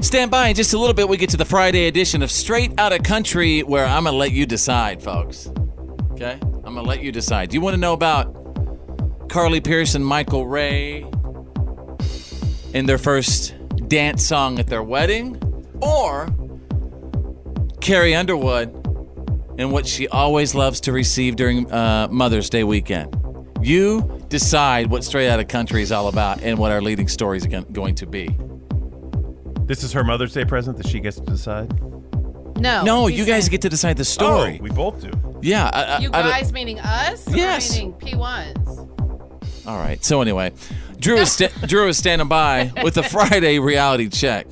Stand by in just a little bit. We get to the Friday edition of Straight Outta Country, where I'm gonna let you decide, folks. Okay, I'm gonna let you decide. Do you want to know about Carly Pierce and Michael Ray in their first dance song at their wedding, or Carrie Underwood and what she always loves to receive during uh, Mother's Day weekend? You decide what Straight Outta Country is all about and what our leading story is gon- going to be.
This is her Mother's Day present that she gets to decide. Oh,
No.
No, you guys get to decide the story.
we both do.
Yeah. I, I-
Oh. You
I don't-
guys meaning us? Or
Yes.
Meaning P1s.
all right. So anyway, Drew is sta- Drew is standing by with the Friday reality check.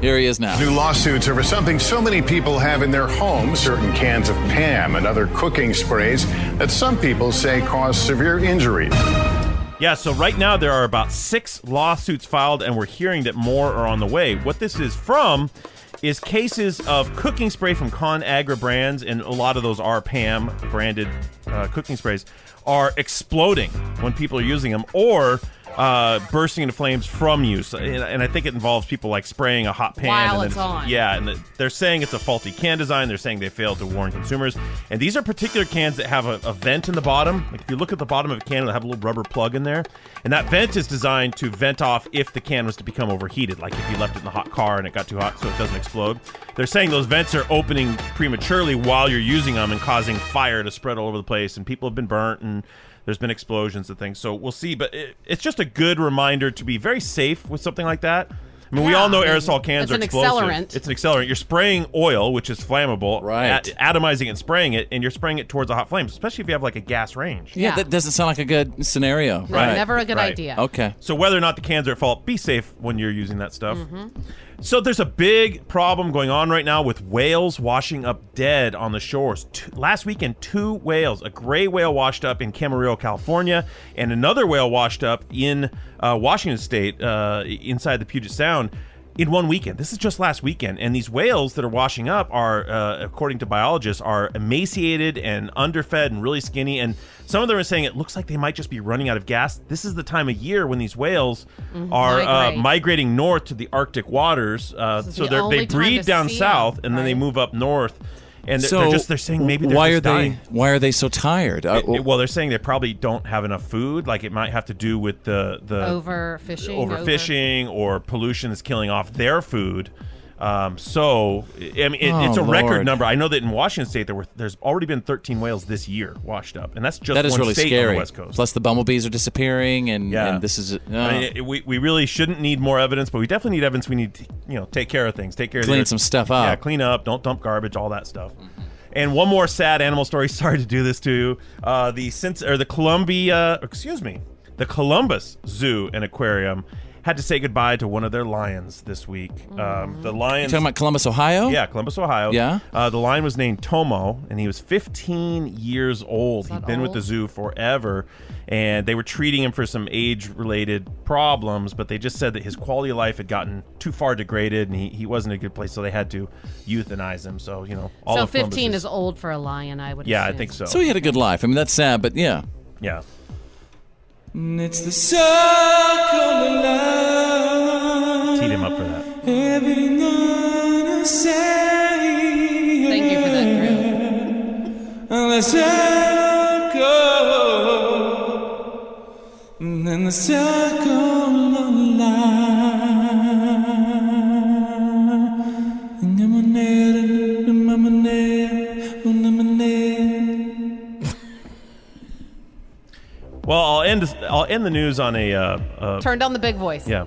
Here he is now.
New lawsuits over something so many people have in their homes certain cans of Pam and other cooking sprays that some people say cause severe injuries.
Yeah, so right now there are about six lawsuits filed, and we're hearing that more are on the way. What this is from is cases of cooking spray from ConAgra brands, and a lot of those are Pam branded uh, cooking sprays, are exploding when people are using them, or uh, bursting into flames from you. So, and, and I think it involves people like spraying a hot pan.
While
and
it's
then,
on.
Yeah, and the, they're saying it's a faulty can design. They're saying they failed to warn consumers. And these are particular cans that have a, a vent in the bottom. Like if you look at the bottom of a can, it'll have a little rubber plug in there. And that vent is designed to vent off if the can was to become overheated. Like if you left it in the hot car and it got too hot so it doesn't explode. They're saying those vents are opening prematurely while you're using them and causing fire to spread all over the place. And people have been burnt and there's been explosions and things. So we'll see. But it, it's just a good reminder to be very safe with something like that. I mean, we
Yeah,
all know
I mean,
aerosol cans
it's
are
an
explosive.
accelerant.
It's an accelerant. You're spraying oil, which is flammable, right? atomizing it and spraying it, and you're spraying it towards a hot flame, especially if you have like a gas range.
Yeah, that doesn't sound like a good scenario.
No,
right.
never a good
Right.
idea.
Okay.
So whether or not the cans are at fault, be safe when you're using that stuff. So there's a big problem going on right now with whales washing up dead on the shores. T- last weekend, two whales, a gray whale washed up in Camarillo, California, and another whale washed up in uh, Washington State, uh, inside the Puget Sound. In one weekend, this is just last weekend, and these whales that are washing up are, uh, according to biologists, are emaciated and underfed and really skinny. And some of them are saying it looks like they might just be running out of gas. This is the time of year when these whales
Mhm.
are
Migrate.
Uh, migrating north to the Arctic waters. Uh,
This is
so
the
they're, they
only time
breed
to
down
see 'em,
south and then they move up north. And they're,
so
they're just they're saying maybe they're
why
just
are
dying.
they why are they so tired? Uh,
It- it- well, they're saying they probably don't have enough food. Like it might have to do with the the
Overfishing,
overfishing, or pollution is killing off their food. Um, so I mean, it, it's a
Oh,
record
Lord.
number. I know that in Washington State there were there's already been 13 whales this year washed up, and that's just
that is
one
really
state
scary.
on the West Coast.
Plus the bumblebees are disappearing, and,
Yeah.
and this is uh,
I mean, it- we, we really shouldn't need more evidence, but we definitely need evidence. We need to, you know, take care of things, take care of the
Clean
earth.
some stuff
Yeah,
up. Mm-hmm.
clean up, don't dump garbage, all that stuff. And one more sad animal story. Sorry to do this to you. Uh, the since or the Columbia, excuse me, the Columbus Zoo and Aquarium had to say goodbye to one of their lions this week. Um, the lion.
you talking about Columbus, Ohio?
Yeah, Columbus, Ohio.
Yeah?
Uh, the lion was named Tomo, and he was 15 years old. He'd been with the
old?
zoo forever, and they were treating him for some age related problems, but they just said that his quality of life had gotten too far degraded and he, he wasn't in a good place, so they had to euthanize him. So, you know, all
so
of Columbus
15 is old for a lion, I would
Yeah, I
assume.
think so.
So he had a good life. I mean, that's sad, but yeah.
Yeah.
It's the circle of love.
Teed him up for that.
Every night I say Thank you for that
The circle. And then the circle of life. And I'm a net, and I'm a net, and I'm a net.
Well, I'll end I'll end the news on a uh, uh,
Turn down the big voice.
Yeah.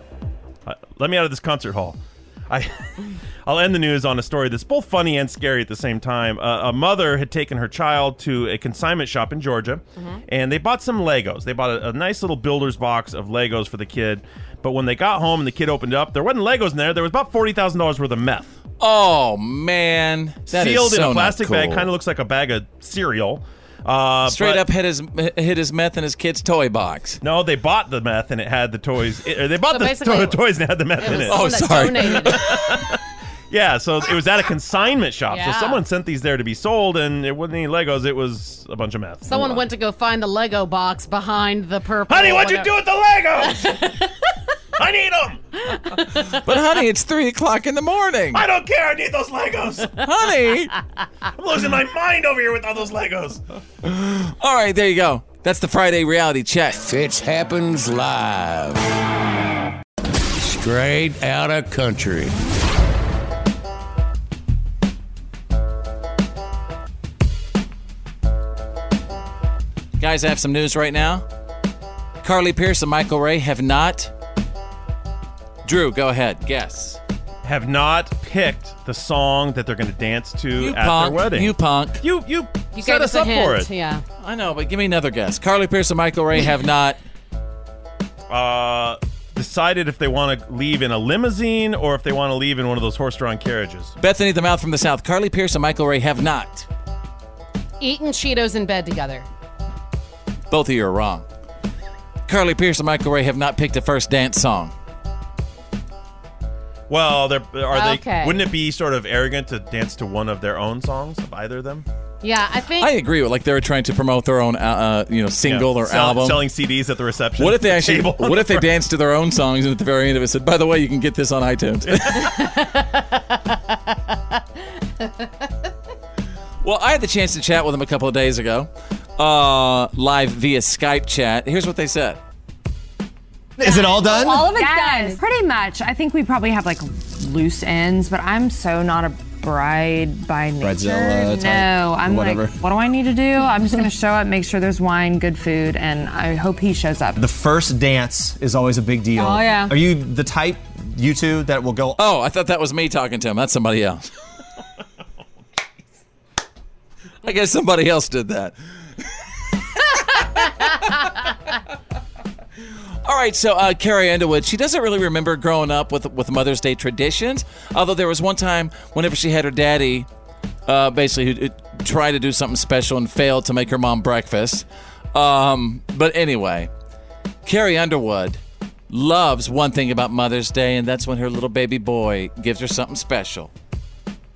Uh, let me out of this concert hall. I, I'll end the news on a story that's both funny and scary at the same time. Uh, a mother had taken her child to a consignment shop in Georgia,
Mm-hmm.
and they bought some Legos. They bought a, a nice little builder's box of Legos for the kid. But when they got home and the kid opened up, there wasn't Legos in there. There was about forty thousand dollars worth of meth.
Oh, man. That is
sealed
so
in a
not
plastic bag,
cool.
kind of looks like a bag of cereal. Uh,
Straight
but-
up hit his hit his meth in his kid's toy box.
No, they bought the meth and it had the toys. It, or they bought
So
the
basically-
to- toys and had the meth
it
in
was
it.
someone Oh, that sorry.
yeah, so it was at a consignment shop.
Yeah.
So someone sent these there to be sold, and it wasn't any Legos. It was a bunch of meth.
Someone went to go find the Lego box behind the purple.
Honey, what'd you do with the Legos? I need them.
But honey, it's three o'clock in the morning.
I don't care. I need those Legos.
Honey.
I'm losing my mind over here with all those Legos.
All right, there you go. That's the Friday reality check.
Fitch happens live. Straight out of country.
Guys, I have some news right now. Carly Pierce and Michael Ray have not. Drew, go ahead. Guess.
Have not picked the song that they're going to dance to
You
at
punk.
their wedding.
You punk.
You you,
You
set
gave us
us
a
up for
hint.
it.
Yeah.
I know, but give me another guess. Carly Pierce and Michael Ray have not.
Uh, decided if they want to leave in a limousine or if they want to leave in one of those horse-drawn carriages.
Bethany the Mouth from the South. Carly Pierce and Michael Ray have not.
Eating Cheetos in bed together.
Both of you are wrong. Carly Pierce and Michael Ray have not picked a first dance song.
Well, they're, are they?
Okay.
Wouldn't it be sort of arrogant to dance to one of their own songs of either of them?
Yeah, I think
I agree with like they were trying to promote their own, uh, uh, you know, single or
Sell-
album.
selling CDs at the reception.
What if they actually?
table on
What
the
if they danced to their own songs and at the very end of it said, "By the way, you can get this on iTunes." well, I had the chance to chat with them a couple of days ago, uh, live via Skype chat. Here's what they said.
Is it all done?
All of it's done. Pretty much. I think we probably have like loose ends, but I'm so not a bride by nature.
Bridezilla type,
no, I'm
whatever.
like, what do I need to do? I'm just gonna show up, make sure there's wine, good food, and I hope he shows up.
The first dance is always a big deal.
Oh, yeah.
Are you the type, you two, that will go?
Oh, I thought that was me talking to him. That's somebody else. I guess somebody else did that. All right, so uh, Carrie Underwood, she doesn't really remember growing up with with Mother's Day traditions. Although there was one time whenever she had her daddy, uh, basically who who tried to do something special and failed to make her mom breakfast. Um, but anyway, Carrie Underwood loves one thing about Mother's Day, and that's when her little baby boy gives her something special.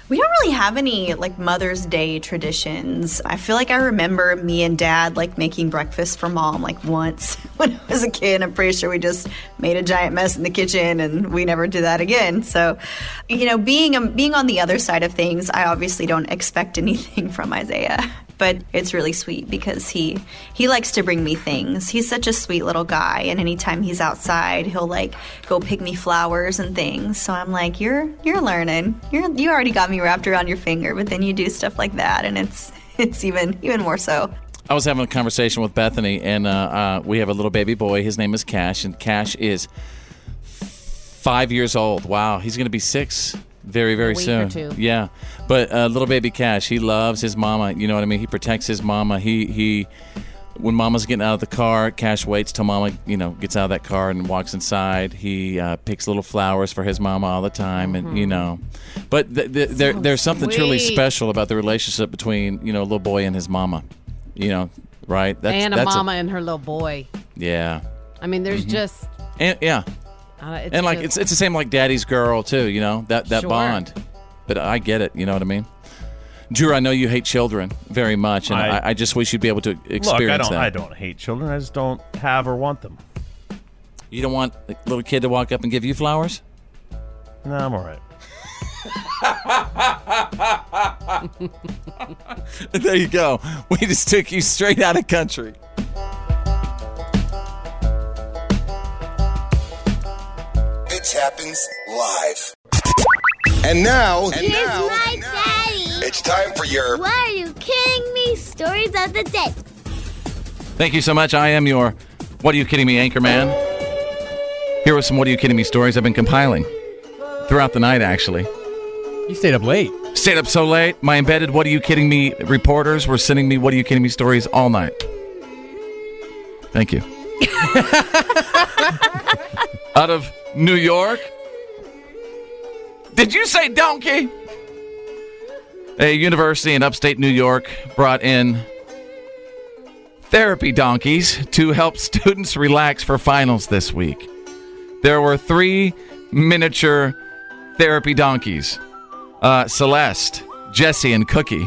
We don't really have any like Mother's Day traditions. I feel like I remember me and dad like making breakfast for mom like once when I was a kid. I'm pretty sure we just made a giant mess in the kitchen and we never do that again. So, you know, being um, being on the other side of things, I obviously don't expect anything from Isaiah. But it's really sweet because he he likes to bring me things. He's such a sweet little guy, and anytime he's outside, he'll like go pick me flowers and things. So I'm like, you're you're learning. You're you already got me wrapped around your finger, but then you do stuff like that, and it's it's even even more so.
I was having a conversation with Bethany, and uh, uh, we have a little baby boy. His name is Cash, and Cash is five years old. Wow, he's going to be six very, very
A week
soon.
or two.
Yeah, but uh, little baby Cash, he loves his mama. You know what I mean? He protects his mama. He he. When Mama's getting out of the car, Cash waits till Mama, you know, gets out of that car and walks inside. He uh, picks little flowers for his Mama all the time, and
Mm-hmm.
you know, but th- th- there, there's something truly
sweet.
special about the relationship between you know a little boy and his Mama you know, right?
and a mama and her little boy.
yeah,
I mean, there's
Mm-hmm.
Mhm.
just
and yeah,
uh, it's
and like it's
just-
it's the same like Daddy's girl too. You know that that
Sure.
bond. But I get it. You know what I mean. Drew, I know you hate children very much, and
I-
I, I just wish you'd be able to experience
Look, I don't,
that.
I don't hate children. I just don't have or want them.
You don't want a little kid to walk up and give you flowers?
No, I'm all right.
there you go. We just took you straight out of country.
It happens live.
And now,
And
Here's
now-
my daddy.
It's time for your
Why are you kidding me? Stories of the day.
Thank you so much. I am your What Are You Kidding Me Anchorman. Here are some What Are You Kidding Me stories I've been compiling throughout the night, actually. You stayed up late. Stayed up so late. My embedded What Are You Kidding Me reporters were sending me What Are You Kidding Me stories all night. Thank you. Out of New York. Did you say donkey? A university in upstate New York brought in therapy donkeys to help students relax for finals this week. There were three miniature therapy donkeys uh, Celeste, Jesse, and Cookie.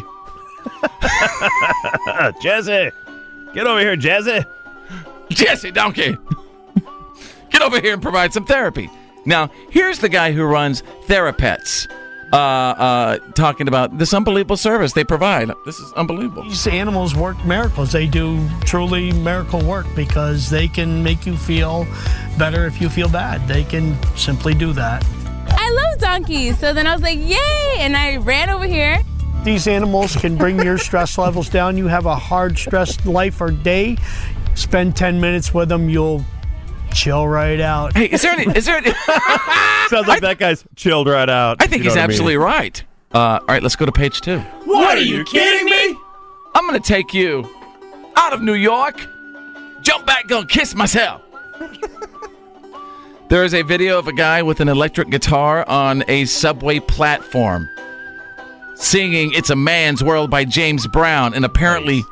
Jesse, get over here, Jesse.
Jesse Donkey, get over here and provide some therapy. Now, here's the guy who runs Therapets. Uh, uh, talking about this unbelievable service they provide. This is unbelievable.
These animals work miracles. They do truly miracle work because they can make you feel better if you feel bad. They can simply do that.
I love donkeys. So then I was like, yay! And I ran over here.
These animals can bring your stress levels down. You have a hard, stressed life or day, spend 10 minutes with them, you'll chill right out.
Hey, is there any. Is there any
Sounds like that guy's chilled right out.
I think he's absolutely right. Uh, all right, let's go to page two.
What are you kidding me?
I'm gonna take you out of New York. Jump back, gonna kiss myself. there is a video of a guy with an electric guitar on a subway platform singing "It's a Man's World" by James Brown, and apparently,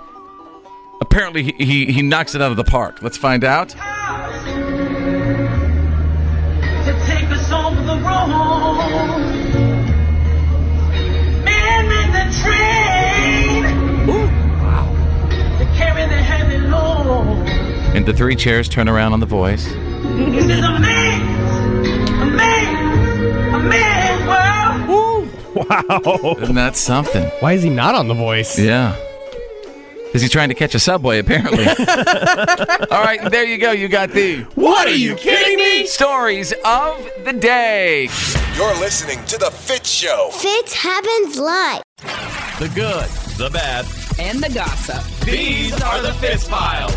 apparently he, he he knocks it out of the park. Let's find out.
To take us over the road. Man, man, the train.
And the three chairs turn around on the voice.
This is a man, a man, a man's world.
Wow. Isn't that something? Why is he not on The Voice? Yeah. Is he trying to catch a subway, apparently? All right, there you go. You got the. What are you kidding me? Stories of the day.
You're listening to The Fit Show.
Fitz happens live.
The good,
the bad.
And the gossip.
These are the Fist Files.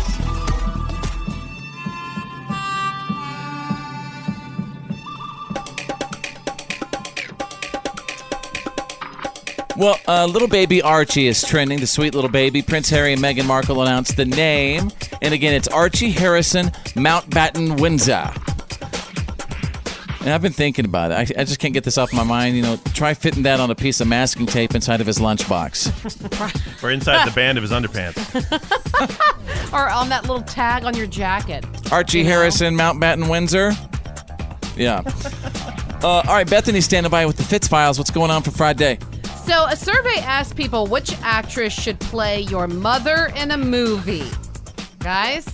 Well, uh, little baby Archie is trending. The sweet little baby. Prince Harry and Meghan Markle announced the name, and again, it's Archie Harrison Mountbatten Windsor. And I've been thinking about it. I, I just can't get this off my mind. You know, try fitting that on a piece of masking tape inside of his lunchbox.
Or inside the band of his underpants.
or on that little tag on your jacket.
Archie Harrison Mountbatten Windsor. Yeah. Uh, all right, Bethany's standing by with the Fitz files. What's going on for Friday?
So, a survey asked people which actress should play your mother in a movie. Guys?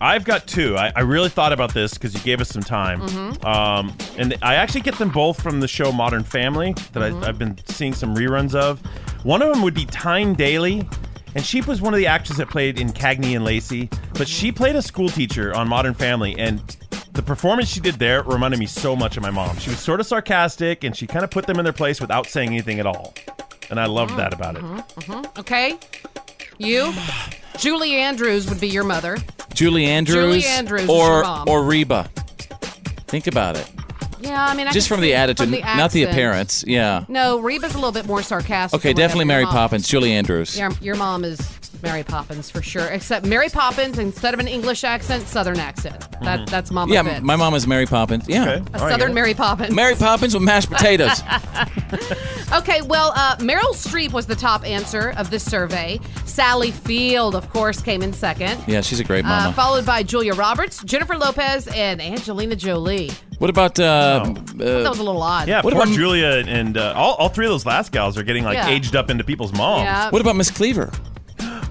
I've got two. I, I really thought about this because you gave us some time.
Mhm.
Um, and I actually get them both from the show Modern Family that
Mhm.
I, I've been seeing some reruns of. One of them would be Tyne Daly. And she was one of the actors that played in Cagney and Lacey. But she played a school teacher on Modern Family. And the performance she did there reminded me so much of my mom. She was sort of sarcastic and she kind of put them in their place without saying anything at all. And I loved that about it.
hmm Okay? You? Julie Andrews would be your mother.
Julie Andrews,
Julie Andrews is your
or
mom.
or Reba. Think about it.
Yeah, I mean, I
Just
can
from
see
the
it
attitude,
from the
not the
accent.
appearance. Yeah.
No, Reba's a little bit more sarcastic.
Okay,
than whatever
definitely
your
Mary
mom-
Poppins, Julie Andrews.
Your, your mom is Mary Poppins for sure. Except Mary Poppins, instead of an English accent, Southern accent. That,
Mhm.
That's Mama
yeah,
Fitz.
my mom is Mary Poppins. Yeah.
A Southern Mary Poppins.
Mary Poppins with mashed potatoes.
okay, well, uh, Meryl Streep was the top answer of this survey. Sally Field, of course, came in second.
yeah, she's a great
Uh,
mama.
followed by Julia Roberts, Jennifer Lopez, and Angelina Jolie.
what about uh,
that was a little odd.
Yeah, poor Julia and uh, all, all three of those last gals are getting like
Yeah.
aged up into people's moms.
Yeah.
What about Miss Cleaver?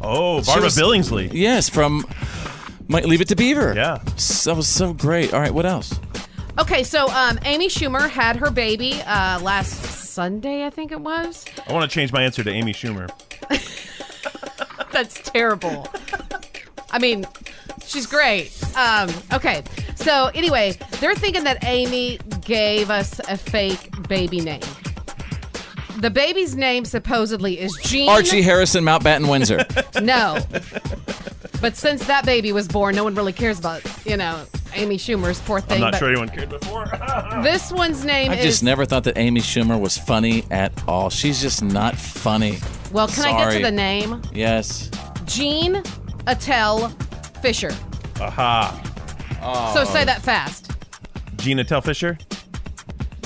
Oh, Barbara Billingsley.
Yes, from Might Leave It to Beaver. Yeah. That was so great. All right, what else?
Okay, so um, Amy Schumer had her baby uh, last Sunday, I think it was.
I want to change my answer to Amy Schumer.
That's terrible. I mean, she's great. Um, okay, so anyway, they're thinking that Amy gave us a fake baby name. The baby's name supposedly is Jean.
Archie Harrison Mountbatten Windsor.
No. But since that baby was born, no one really cares about, you know, Amy Schumer's poor thing.
I'm not
but
sure anyone
cared before.
This one's name
I
is.
just never thought that Amy Schumer was funny at all. She's just not funny.
well, can I get
Sorry.
to the name?
Yes.
Jean Attell Fisher.
Aha.
Uh,
So say that fast.
Gina Tell Fisher? Ah.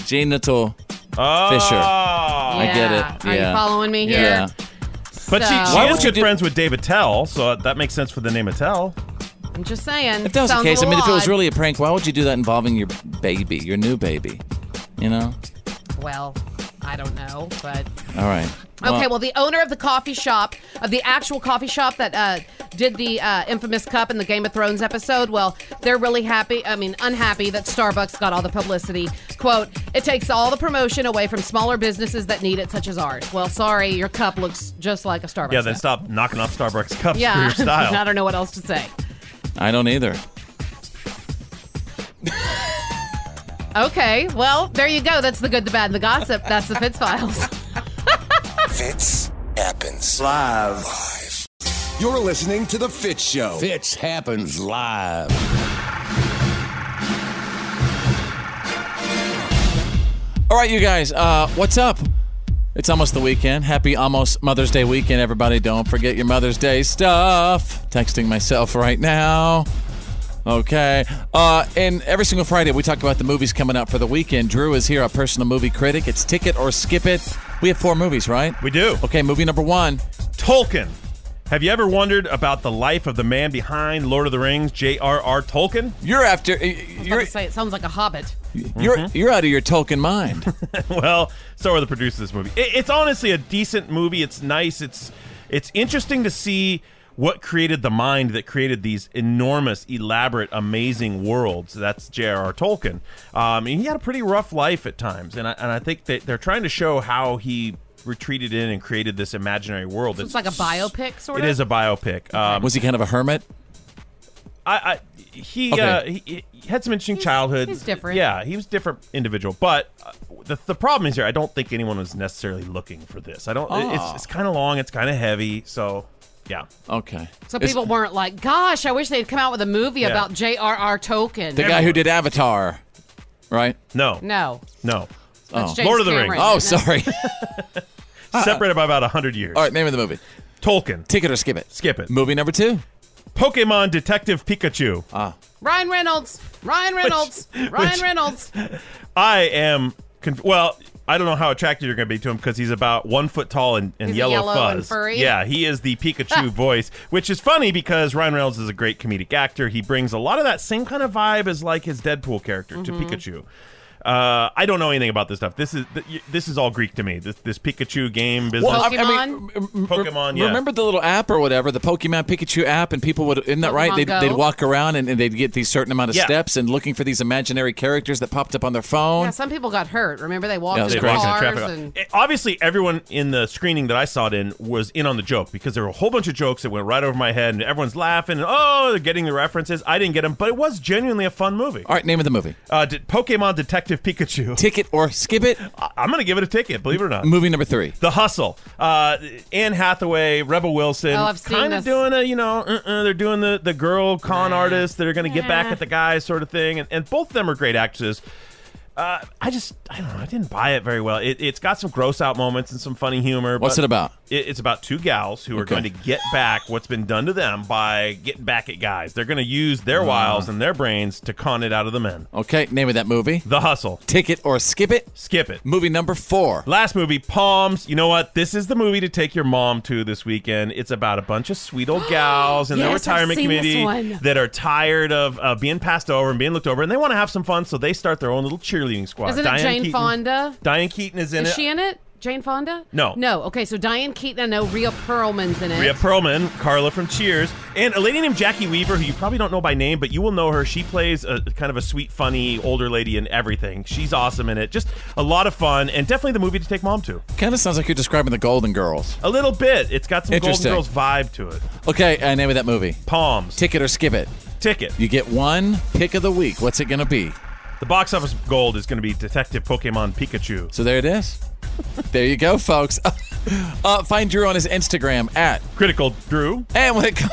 Gina Tell
Fisher.
I get it.
Are you
Yeah.
following me here?
Yeah.
But she,
So-
she
Why
is
would you
good friends with David Tell, so that makes sense for the name of Tell.
I'm just saying.
If that was
Sounds
the
a
case, I mean,
little
if it was
odd.
really a prank, why would you do that involving your baby, your new baby? You know?
Well, I don't know, but.
All right.
Okay, well, the owner of the coffee shop, of the actual coffee shop that uh, did the uh, infamous cup in the Game of Thrones episode, well, they're really happy, I mean, unhappy that Starbucks got all the publicity. Quote, it takes all the promotion away from smaller businesses that need it, such as ours. Well, sorry, your cup looks just like a Starbucks.
Yeah, then
cup.
stop knocking off Starbucks cups
Yeah,
for your style.
I don't know what else to say.
I don't either.
Okay, well, there you go. That's the good, the bad, and the gossip. That's the Fitz Files.
Fits happens live. live. You're listening to The Fit Show. Fits happens live.
All right, you guys, uh, what's up? It's almost the weekend. Happy almost Mother's Day weekend, everybody. Don't forget your Mother's Day stuff. Texting myself right now. Okay. Uh, and every single Friday, we talk about the movies coming out for the weekend. Drew is here, a personal movie critic. It's Ticket or Skip It. We have four movies, right?
We do.
Okay, movie number one
Tolkien. Have you ever wondered about the life of the man behind Lord of the Rings, J.R.R. Tolkien?
You're after.
I was about to say, it sounds like a hobbit.
You're
Mm-hmm.
you're out of your Tolkien mind.
well, so are the producers of this movie. It, it's honestly a decent movie. It's nice. It's it's interesting to see what created the mind that created these enormous, elaborate, amazing worlds. That's J.R.R. Tolkien. Um, and he had a pretty rough life at times, and I, and I think that they're trying to show how he retreated in and created this imaginary world.
So it's like a biopic, sort
It
of.
is a biopic. Um,
Was he kind of a hermit?
I, I he,
Okay.
uh, he he had some interesting childhood.
he's different.
Yeah, he was a different individual. But uh, the, the problem is here. I don't think anyone was necessarily looking for this. I don't. it- It's,
Ah.
it's kind of long. It's kind of heavy. So yeah.
Okay.
So people weren't like, "Gosh, I wish they'd come out with a movie
Yeah.
about J.R.R. Tolkien."
The guy who did Avatar, right?
No.
No.
Uh,
No.
That's James Lord of the Cameron, Rings.
Oh,
isn't it?
sorry.
Separated by about 100 years. All
uh. right, name of the movie.
Tolkien.
Ticket or skip it?
Skip it.
Movie number two.
Pokemon Detective Pikachu.
Ah.
Ryan Reynolds. Ryan Reynolds. Ryan
which-
Reynolds.
I am. Conf- well, I don't know how attracted you're going to be to him because he's about one foot tall and, and
He's
yellow,
yellow
fuzz.
and furry.
Yeah, he is the Pikachu voice, which is funny because Ryan Reynolds is a great comedic actor. He brings a lot of that same kind of vibe as like his Deadpool character
Mm-hmm.
Mhm.
to Pikachu. Uh, I don't know anything about this stuff. This is th- y- this is all Greek to me. This this Pikachu game business.
Well, I- I mean,
Pokemon. Yeah.
Remember the little app or whatever, the Pokemon Pikachu app, and people would, isn't that right?
Pokemon
They'd,
Go.
they'd walk around and, and they'd get these certain amount of
Yeah.
steps and looking for these imaginary characters that popped up on their phone.
Yeah, some people got hurt. Remember they walked
Yeah,
into
they walked
cars
into
and
It- Eh, obviously, everyone in the screening that I saw it in was in on the joke because there were a whole bunch of jokes that went right over my head, and everyone's laughing. And, oh, they're getting the references. I didn't get them, but it was genuinely a fun movie.
All right, name of the movie.
Uh, did Pokemon Detective Pikachu.
Ticket or skip it?
I- am going to give it a ticket, believe it or not.
Movie number three.
The Hustle. Uh, Anne Hathaway, Rebel Wilson.
Oh, I've seen
Kind of
this.
doing a, you know, uh-uh, they're doing the, the girl con artists that are going to get back at the guy sort of thing. And, and both of them are great actresses. Uh, I just, I don't know, I didn't buy it very well. It, it's got some gross out moments and some funny humor.
What's
but
it about?
It, it's about two gals who are
Okay.
going to get back what's been done to them by getting back at guys. They're going to use their
Ah.
wiles and their brains to con it out of the men.
Okay, name of that movie.
The Hustle.
Ticket or skip it?
Skip it.
Movie number four.
Last movie, Palms. You know what? This is the movie to take your mom to this weekend. It's about a bunch of sweet old gals in the
Yes, I've
retirement
seen this
committee
one.
that are tired of uh, being passed over and being looked over, and they want to have some fun, so they start their own little cheerleading squad.
isn't
Diane
it Jane
Keaton-
Fonda?
Diane Keaton is in
Is
it.
she in it? Jane Fonda?
No.
No. Okay, so Diane Keaton, I know Rhea Perlman's in it.
Rhea Perlman, Carla from Cheers, and a lady named Jackie Weaver, who you probably don't know by name, but you will know her. She plays a kind of a sweet, funny older lady in everything. She's awesome in it. Just a lot of fun, and definitely the movie to take mom to.
Kind of sounds like you're describing the Golden Girls.
A little bit. It's got some Golden
Interesting.
Girls vibe to it.
Okay, uh, name of that movie.
Palms.
Ticket or skip it?
Ticket.
You get one pick of the week. What's it going to be?
The box office gold is going to be Detective Pokemon Pikachu.
So there it is. there you go, folks. Uh, find Drew on his Instagram at
Critical Drew.
And when it comes,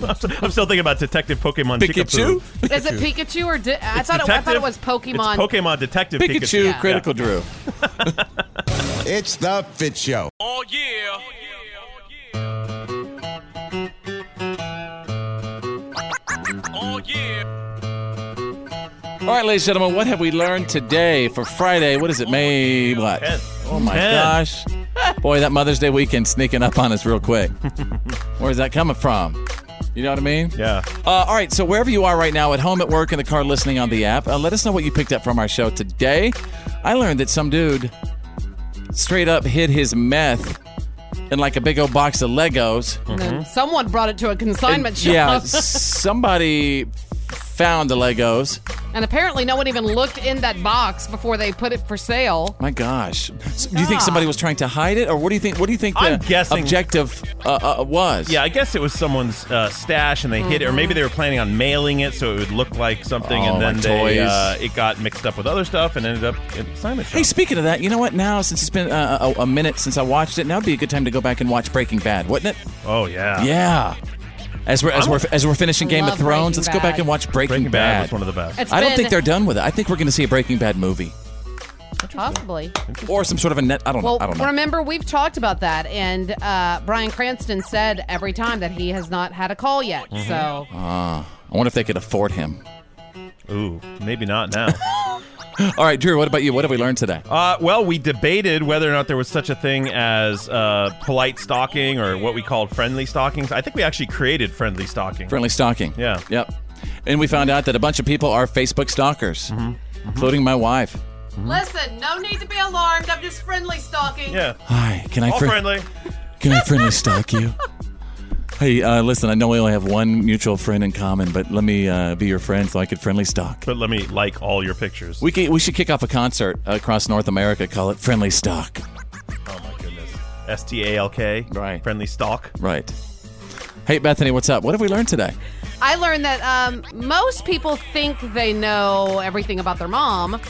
I'm still- I'm still thinking about Detective Pokemon Pikachu.
Is it Pikachu or di- I
It's
thought it, I thought
detective.
it was Pokemon.
It's Pokemon Detective
Pikachu,
Pikachu.
Yeah. Critical
Drew.
It's the Fit Show.
Oh yeah. Oh yeah.
All right, ladies and gentlemen, what have we learned today for Friday? What is it, May what? Oh my
Ten.
gosh. Boy, that Mother's Day weekend sneaking up on us real quick. Where's that coming from? You know what I mean?
Yeah.
Uh, all right, so wherever you are right now, at home, at work, in the car, listening on the app, uh, let us know what you picked up from our show today. I learned that some dude straight up hid his meth in like a big old box of Legos.
And then Someone brought it to a consignment shop.
Yeah, somebody found the Legos.
and apparently, no one even looked in that box before they put it for sale.
My gosh, So do you think
Ah.
somebody was trying to hide it, or what do you think? What do you think the
I'm guessing-
objective uh, uh, was?
Yeah, I guess it was someone's uh, stash and they hid it, or maybe they were planning on mailing it so it would look like something,
Oh,
and then
my
they
toys.
uh, it got mixed up with other stuff and ended up in the assignment.
Hey, speaking of that, you know what? Now since it's been uh, a, a minute since I watched it, now would be a good time to go back and watch Breaking Bad, wouldn't it?
Oh yeah,
Yeah. As we're as
I'm-
we're as we're finishing
I
Game of
love
Thrones,
Breaking
let's go back
Bad.
and watch Breaking,
Breaking Bad
Bad.
was one of the best.
It's
I don't
been-
think they're done with it. I think we're going to see a Breaking Bad movie
Possibly.
or some sort of a net. I don't
Well,
know. I don't know.
remember we've talked about that, and uh, Brian Cranston said every time that he has not had a call yet.
Mm-hmm.
Mhm.
So
Ah, I wonder if they could afford him.
Ooh, maybe not now.
All right, Drew. What about you? What have we learned today?
Uh, well, we debated whether or not there was such a thing as uh, polite stalking or what we called friendly stockings. I think we actually created friendly stalking.
Friendly stalking.
Yeah.
Yep. And we found out that a bunch of people are Facebook stalkers,
Mm-hmm.
including my wife.
listen, no need to be alarmed. I'm just friendly stalking.
Yeah.
Hi, can I
All
fri-
friendly.
Can I friendly stalk you? Hey, uh, listen, I know we only have one mutual friend in common, but let me uh, be your friend so I could friendly stalk.
But let me like all your pictures.
We, can, we should kick off a concert across North America, call it Friendly Stock.
S T A L K. Right. Friendly stalk.
Right. Hey, Bethany, what's up? What have we learned today?
I learned that um, most people think they know everything about their mom,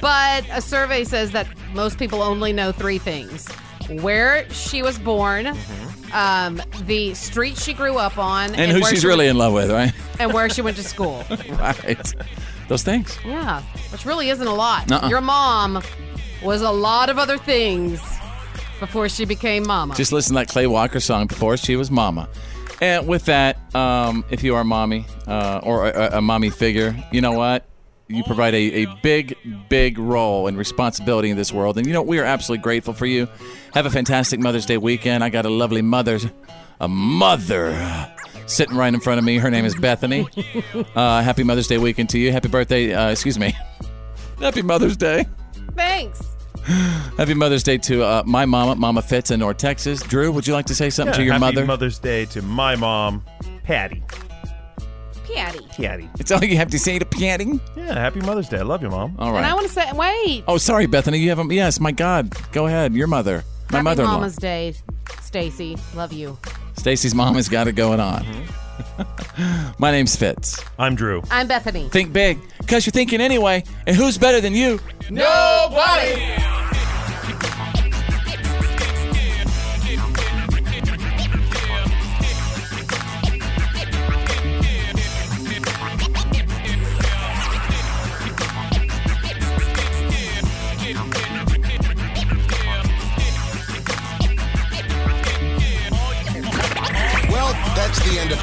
but a survey says that most people only know three things where she was born, um, the street she grew up on,
Mm-hmm. And, who
where
she's
she-
really in love with, right?
and where she went to school.
right. Those things.
Yeah, which really isn't a lot.
Nuh-uh.
Your mom was a lot of other things before she became mama.
Just listen to that Clay Walker song before she was mama. And with that, um, if you are mommy uh, or a, a mommy figure, you know what? You provide a, a big, big role and responsibility in this world. And you know, we are absolutely grateful for you. Have a fantastic Mother's Day weekend. I got a lovely mother, a mother sitting right in front of me. Her name is Bethany. Uh, happy Mother's Day weekend to you. Happy birthday, uh, excuse me. Happy Mother's Day.
Thanks.
Happy Mother's Day to uh, my mama, Mama Fitz in North Texas. Drew, would you like to say something
Yeah,
to your
happy
mother?
Mother's Day to my mom, Patty.
Patty.
Patty.
It's all you have to say to Patty.
Yeah, happy Mother's Day. I love you, mom.
All
And I
right.
want to say, wait.
Oh, sorry, Bethany. You have a yes. My God, go ahead. Your mother, my
Happy
mother-in-law,
Mama's Day, Stacy. Love you.
Stacy's mom has got it going on.
Mm-hmm.
my name's Fitz.
I'm Drew.
I'm Bethany.
Think big, cause you're thinking anyway. And who's better than you?
Nobody.
Well, that's the end of